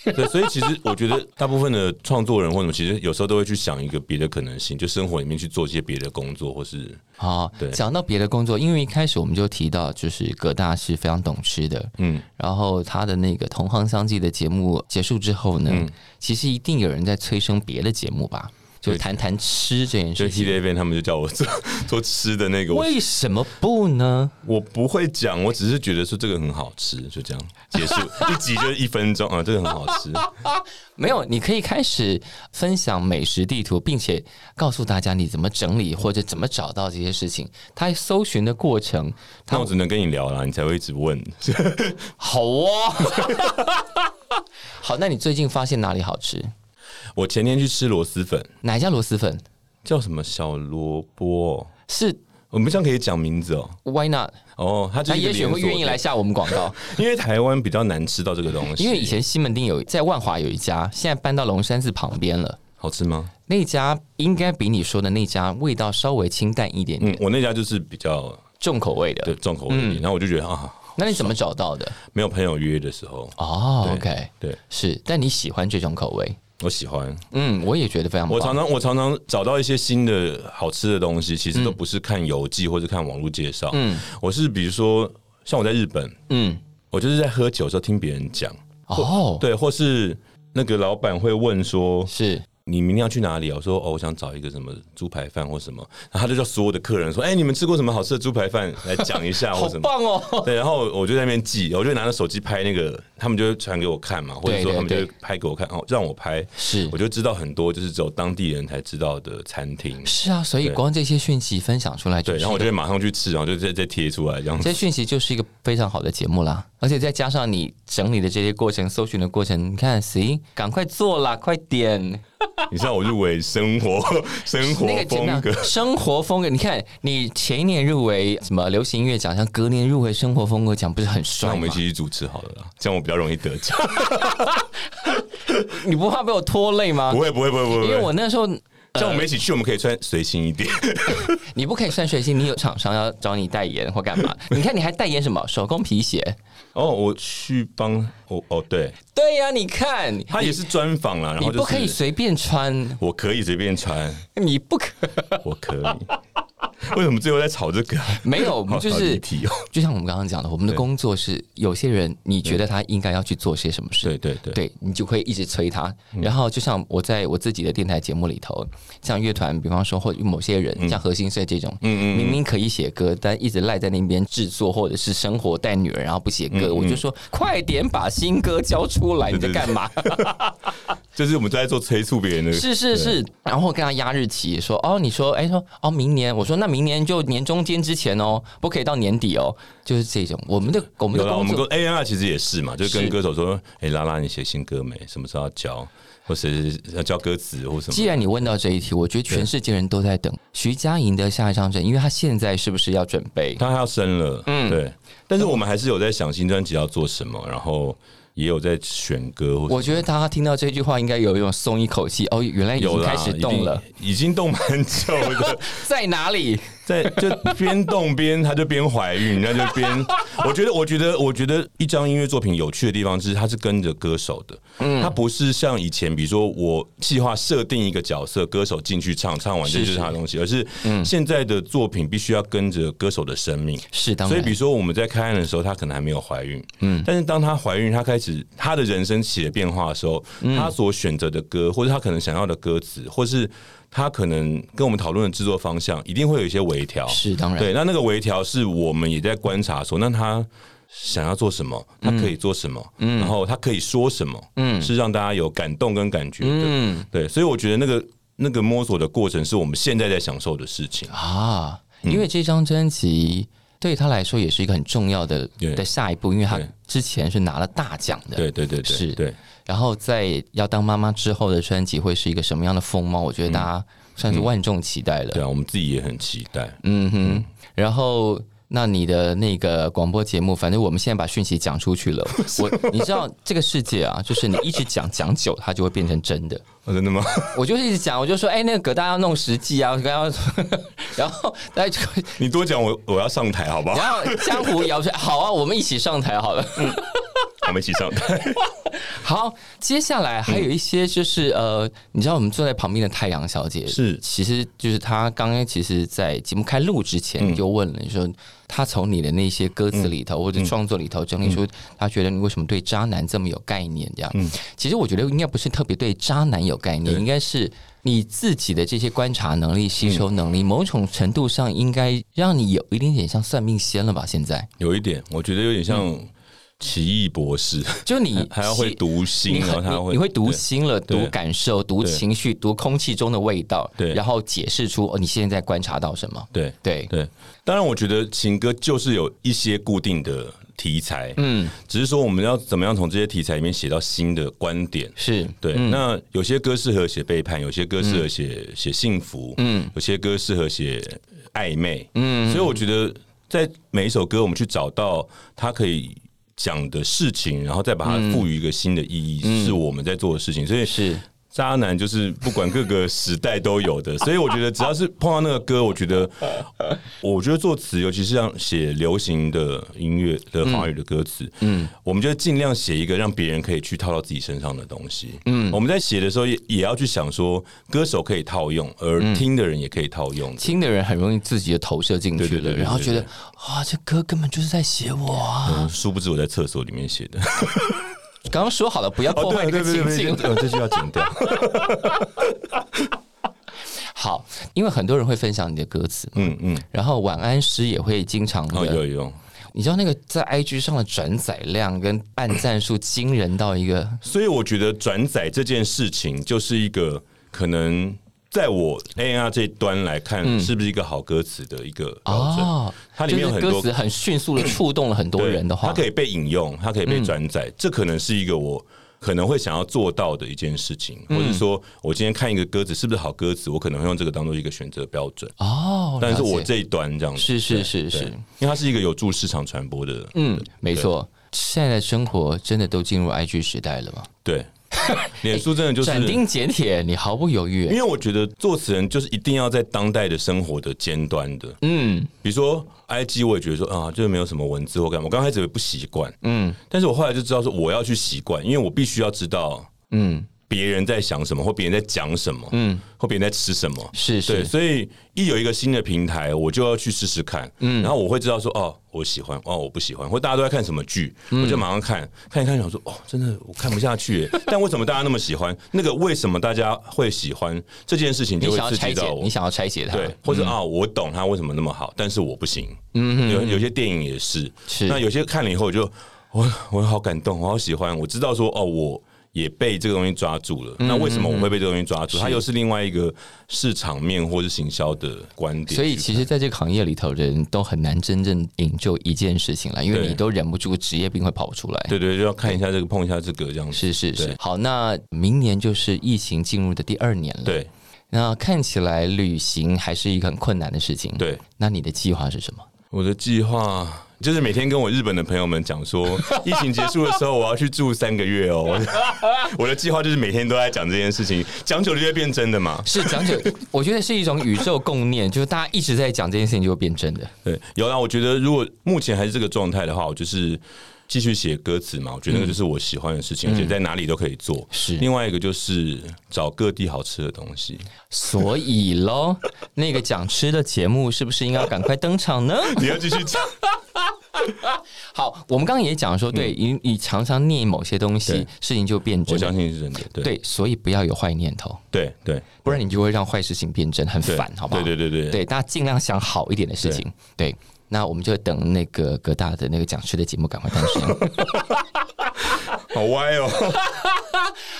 C: 对，所以其实我觉得大部分的创作人或者什么，其实有时候都会去想一个别的可能性，就生活里面去做一些别的工作，或是
B: 哦
C: 对，
B: 讲到别的工作，因为一开始我们就提到，就是葛大是非常懂吃的，
C: 嗯，
B: 然后他的那个同行相忌的节目结束之后呢，
C: 嗯
B: 其实一定有人在催生别的节目吧，就
C: 对
B: 谈谈吃这件
C: 就
B: 事
C: T
B: 情，
C: T V 他们就叫我做 做吃的那个，我
B: 为什么不呢？
C: 我不会讲，我只是觉得说这个很好吃，就这样结束一集就是一分钟啊，这个很好 吃。
B: 没有，你可以开始分享美食地图，并且告诉大家你怎么整理或者怎么找到这些事情。他搜寻的过程，
C: 那
B: 他
C: 我只能跟你聊啦，你才会一直问。
B: 好哦。 好，那你最近发现哪里好吃？
C: 我前天去吃螺蛳粉，
B: 哪一家螺蛳粉？
C: 叫什么小萝卜哦，
B: 是
C: 我们这样可以讲名字哦。
B: Why not？
C: 哦，他就
B: 他
C: 是一个
B: 啊也许会
C: 连锁
B: 愿意
C: 店
B: 来，下我们广 告，
C: 因为台湾比较难吃到这个东西。
B: 因为以前西门町有在万华有一家，现在搬到龙山寺旁边了。
C: 好吃吗？
B: 那家应该比你说的那家味道稍微清淡一点点，
C: 嗯，我那家就是比较
B: 重口味的。
C: 对重口味一
B: 嗯
C: 点，然后我就觉得啊，
B: 那你怎么找到的？
C: 没有朋友约的时候，
B: 哦、
C: 对
B: o k
C: 对
B: 是，但你喜欢这种口味？
C: 我喜欢。
B: 嗯，我也觉得非常
C: 我常
B: 棒。
C: 常我常常找到一些新的好吃的东西，其
B: 嗯
C: 实都不是看游记或者看网络介绍，嗯，我是比如说像我在日本，
B: 嗯，
C: 我就是在喝酒的时候听别人讲，
B: 哦，
C: 对，或是那个老板会问说
B: 是
C: 你明天要去哪里啊？我说哦，我想找一个什么猪排饭或什么，然后他就叫所有的客人说，哎、你们吃过什么好吃的猪排饭来讲一下
B: 好
C: 或什啊么。
B: 棒哦。
C: 对，然后 我就在那边记，我就拿着手机拍那个，他们就会传给我看嘛，或者
B: 对
C: 说
B: 对
C: 他们就会
B: 对
C: 拍给我看，哦，让我拍，
B: 是
C: 我就知道很多就是只有当地人才知道的餐厅，
B: 是啊，所以
C: 对
B: 光这些讯息分享出来就
C: 对，
B: 是
C: 然
B: 一
C: 后我
B: 个，
C: 就会马上去吃，然后就再再贴出来这样
B: 这
C: 子。
B: 些讯息就是一个非常好的节目啦。而且再加上你整理的这些过程、搜寻的过程，你看，行，赶快做啦，快点。
C: 你知道我入围 生活生活
B: 那个节目啊
C: 风格，
B: 生活风格，你看，你前一年入围什么流行音乐奖，像隔年入围生活风格奖，不是很
C: 那
B: 帅
C: 我们一
B: 吗
C: 起？去主持好了啦，这样我比较容易 得奖。
B: 你不怕被我拖累吗
C: 不？会不会不会不会，
B: 因为 我那时候
C: 像我们一起去，我们可以穿随性一点。
B: 你不可以算水性，你有厂商要找你代言或干 嘛？你看你还代言什么手工皮鞋？
C: 哦，我去帮哦哦，对
B: 对呀、你看，
C: 他也是专访啦，然
B: 你
C: 后
B: 不
C: 就
B: 可以
C: 是
B: 随便穿，
C: 我可以随便穿，
B: 你不可
C: 我可以。 为什么最后在吵这个啊？
B: 没有，我们就
C: 好
B: 是
C: 离 题哦。
B: 就像我们刚刚讲的，我们的
C: 对
B: 工作是有些人你觉得他应该要去做些什么事，
C: 对对 对，嗯
B: 对你就会一直催他。然后就像我在我自己的电台节目里头，像乐团，比方说或者某些
C: 嗯
B: 人，像何心碎这种，明明可以写歌，但一直赖在那边制作或者是生活带女人，然后不写
C: 嗯
B: 歌，我就说快点把新歌交出来，你在
C: 对对
B: 干嘛？
C: 就是我们都在做催促别人的，
B: 是是是，然后跟他压日期，说哦，你说哎说哦，明年，我说那明年就年中间之前哦，不可以到年底哦，就是这种我们的我们的
C: 有啦，我
B: 工
C: 们
B: 作
C: 跟 A R 其实也是嘛，就是
B: 是
C: 跟歌手说，哎、拉拉，你写新歌没？什么时候要交？或是要交歌词或什
B: 既
C: 么？
B: 然你问到这一题，我觉得全世界人都在等徐佳莹的下一张专辑，因为她现在是不是要准备？
C: 他要生了，嗯，对。但是我们还是有在想新专辑要做什么，然后也有在选歌或
B: 我觉得大家听到这句话，应该有一种松一口气哦，原来已
C: 有
B: 经
C: 啦
B: 开始动了，，
C: 已经已经动蛮久 的，
B: 在哪里？
C: 在就边动边她就边怀孕，那就边。我觉得，我觉得，我觉得一张音乐作品有趣的地方是，它是跟着歌手的，嗯，它不是像以前，比如说我计划设定一个角色，歌手进去唱，唱完这
B: 是
C: 就是他嗯的东西，而是现在的作品必须要跟着歌手的生命。
B: 是当
C: 所以，
B: 然
C: 比，如说我们在开案的时候，她可能还没有怀孕，嗯，但是当她怀孕，她开始她的人生起了变化的时候，
B: 嗯
C: 她所选择的歌，或者她可能想要的歌词，或是她可能跟我们讨论的制作方向，一定会有一些微调。
B: 是当然，
C: 对，那那个微调是我们也在观察说，那他想要做什么，他可以做什么，
B: 嗯
C: 然后他可以说什么，嗯，是让大家有感动跟感觉的，
B: 嗯
C: 对，所以我觉得那个那个摸索的过程是我们现在在享受的事情，
B: 啊，因为这张专辑。对他来说也是一个很重要的
C: 对
B: 的下一步，因为他
C: 对
B: 之前是拿了大奖的。
C: 对对对对，
B: 是
C: 对
B: 然后在要当妈妈之后的专辑会是一个什么样的风貌？我觉得
C: 嗯
B: 大家算是万众期待了。
C: 对啊，我们自己也很期待。
B: 嗯哼，然后。那你的那个广播节目，反正我们现在把讯息讲出去 了。我，你知道这个世界啊，就是你一直讲讲久，它就会变成真的。
C: 哦真的吗？
B: 我就是一直讲，我就说，哎、那个葛大要弄实际啊， 我刚刚，然后大家就
C: 你多讲，我我要上台，好不好？
B: 然后江湖摇出来，好啊，我们一起上台好了。
C: 我们一起上台。
B: 好，接下来还有一些就是、呃，你知道我们坐在旁边的太阳小姐
C: 是
B: 其实就是她刚刚其实，在节目开录之
C: 嗯
B: 前就问了，你说她从你的那些歌词里头、或者创作里头整理
C: 嗯
B: 出，她觉得你为什么对渣男这么有概念？这样，其实我觉得应该不是特别对渣男有概念，
C: 对
B: 应该是。你自己的这些观察能力、吸收能
C: 嗯
B: 力，某种程度上应该让你有一点点像算命仙了吧？现在，
C: 有一点，我觉得有点像奇异博 士，
B: 就你
C: 还要会
B: 吸
C: 读
B: 你
C: 心，然后
B: 很
C: 他
B: 你
C: 会
B: 你会读
C: 对
B: 心了，读
C: 对
B: 感受，读
C: 对
B: 情绪，读空气中的味道，
C: 对
B: 然后解释出哦，你现在在观察到什么？
C: 对
B: 对，
C: 对，当然，我觉得情歌就是有一些固定的题材，嗯，只是说我们要怎么样从这些题材里面写到新的观点。
B: 是
C: 对，那有些歌适合写背叛，有些歌适合写写、幸福，嗯，有些歌适合写暧昧，嗯，所以我觉得在每一首歌，我们去找到它可以讲的事情，然后再把它赋予一个新的意义，是我们在做的事情，所以
B: 是
C: 渣男就是不管各个时代都有的，所以我觉得只要是碰到那个歌，我觉得，我觉得作词，尤其是像写流行的音乐的华语的歌词，嗯，我们就尽量写一个让别人可以去套到自己身上的东西，嗯，我们在写的时候也也要去想说，歌手可以套用，而听的人也可以套用的，
B: 听的人很容易自己就投射进去
C: 对对对
B: 了，
C: 对对
B: 然后觉得
C: 对
B: 啊，这歌根本就是在写我啊。
C: 嗯殊不知我在厕所里面写的，
B: 刚刚说好了不
C: 哦
B: 要 破坏这个情境，
C: 呃这句要剪 掉，
B: 好，因为很多人会分享你的歌词，
C: 嗯嗯，
B: 然后晚安诗也会经常
C: 哦有
B: 的，
C: 有。
B: 你知道那个在 IG 上的转载量跟按赞数惊人到一个，
C: 所以我觉得转载这件事情就是一个可能在我 A R 这一端来看，是不是一个好歌词的一个标准？
B: 嗯哦
C: 它里
B: 就
C: 面有
B: 是
C: 很
B: 歌
C: 多
B: 词很迅速的触动了很多
C: 对
B: 人的话，嗯
C: 它可以被引用，它可以被转载，这可能是一个我。可能会想要做到的一件事情，
B: 嗯
C: 或者说我今天看一个歌词是不是好歌词，我可能会用这个当做一个选择标准。
B: 哦，
C: 但是
B: 了
C: 我
B: 解
C: 这一端这样子，
B: 是是是
C: 对
B: 是，
C: 因为它是一个有助市场传播的，
B: 嗯，没错。现在的生活真的都进入 IG 时代了吗？
C: 对。脸书真的就是
B: 斩钉截铁，你毫不犹豫
C: 因。为我觉得作词人就是一定要在当代的生活的尖端的，
B: 嗯，
C: 比如说 I G，我也觉得说啊，就是没有什么文字或干嘛，我刚开始也不习惯，嗯，但是我后来就知道说我要去习惯，因为我必须要知道，嗯，别人在想什么，或别人在讲什么，嗯，或别人在吃什么，
B: 是
C: 对，
B: 是，
C: 所以一有一个新的平台，我就要去试试看，嗯，然后我会知道说哦，我喜欢，哦，我不喜欢，或大家都在看什么剧，我就马上看，看一看，想说哦，真的我看不下去 耶，但为什么大家那么喜欢？那个为什么大家会喜欢这件事情，
B: 你
C: 就会
B: 想要
C: 刺
B: 拆
C: 激
B: 解
C: 到，我
B: 你。想要拆解它。
C: 对，或者啊，我懂他为什么那么好，但是我不行。嗯，有有些电影也是，
B: 是
C: 那有些看了以后我就我我好感动，我好喜欢，我知道说哦，我也被这个东西抓住
B: 嗯
C: 了。那为什么我会被这个东西抓住？它又是另外一个市场面或是行销的观点去看。
B: 所以其实，在这个行业里头，人都很难真正引就一件事情来，因为
C: 对
B: 你都忍不住职业病会跑出来。
C: 对对，就要看一下这个，碰一下这个这样子。
B: 是是是
C: 对。
B: 好，那明年就是疫情进入的第二年了。，
C: 对
B: 那看起来旅行还是一个很困难的事情。，
C: 对，
B: 那你的计划是什么？
C: 我的计划就是每天跟我日本的朋友们 讲说，疫情结束的时候我要去住三个月哦。我的我的计划就是每天都在讲这件事情，讲久了就会变真的嘛。
B: 是讲解， 我觉得是一种宇宙共念，就是大家一直在讲这件事情，就会变真的。
C: 对，有啦。我觉得如果目前还是这个状态的话，我就是继续写歌词嘛。我觉得那个就是我喜欢的事情，而且在哪里都可以做。
B: 嗯是
C: 另外一个就是找各地好吃的东 西。
B: 所以喽， 那个讲吃的节目是不是应该赶快登场呢？
C: 你要 继续讲，
B: 好，我们刚刚也讲说，对你，你常常念某些东西
C: 嗯对，
B: 事情就变
C: 我
B: 真。
C: 相信是真的。对
B: 对，所以不要有坏念头，
C: 对对
B: 不然你就会让坏事情变真，很
C: 对，
B: 烦，好不好？
C: 对对对对
B: 对，大家尽量想好一点的事情。对， 那我们就等那个葛大的那个讲师的节目赶快诞生。
C: 好歪哦。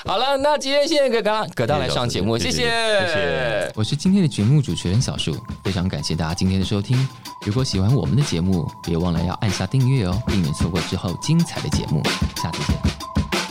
B: 好了，那今天谢谢葛大葛大来上节目，谢
C: 谢
B: 谢，
C: 谢谢谢
B: 我是今天的节目主持人小树，非常感谢大家今天的收听。如果喜欢我们的节目，别忘了要按下订阅哦，避免错过之后精彩的节目。下次见。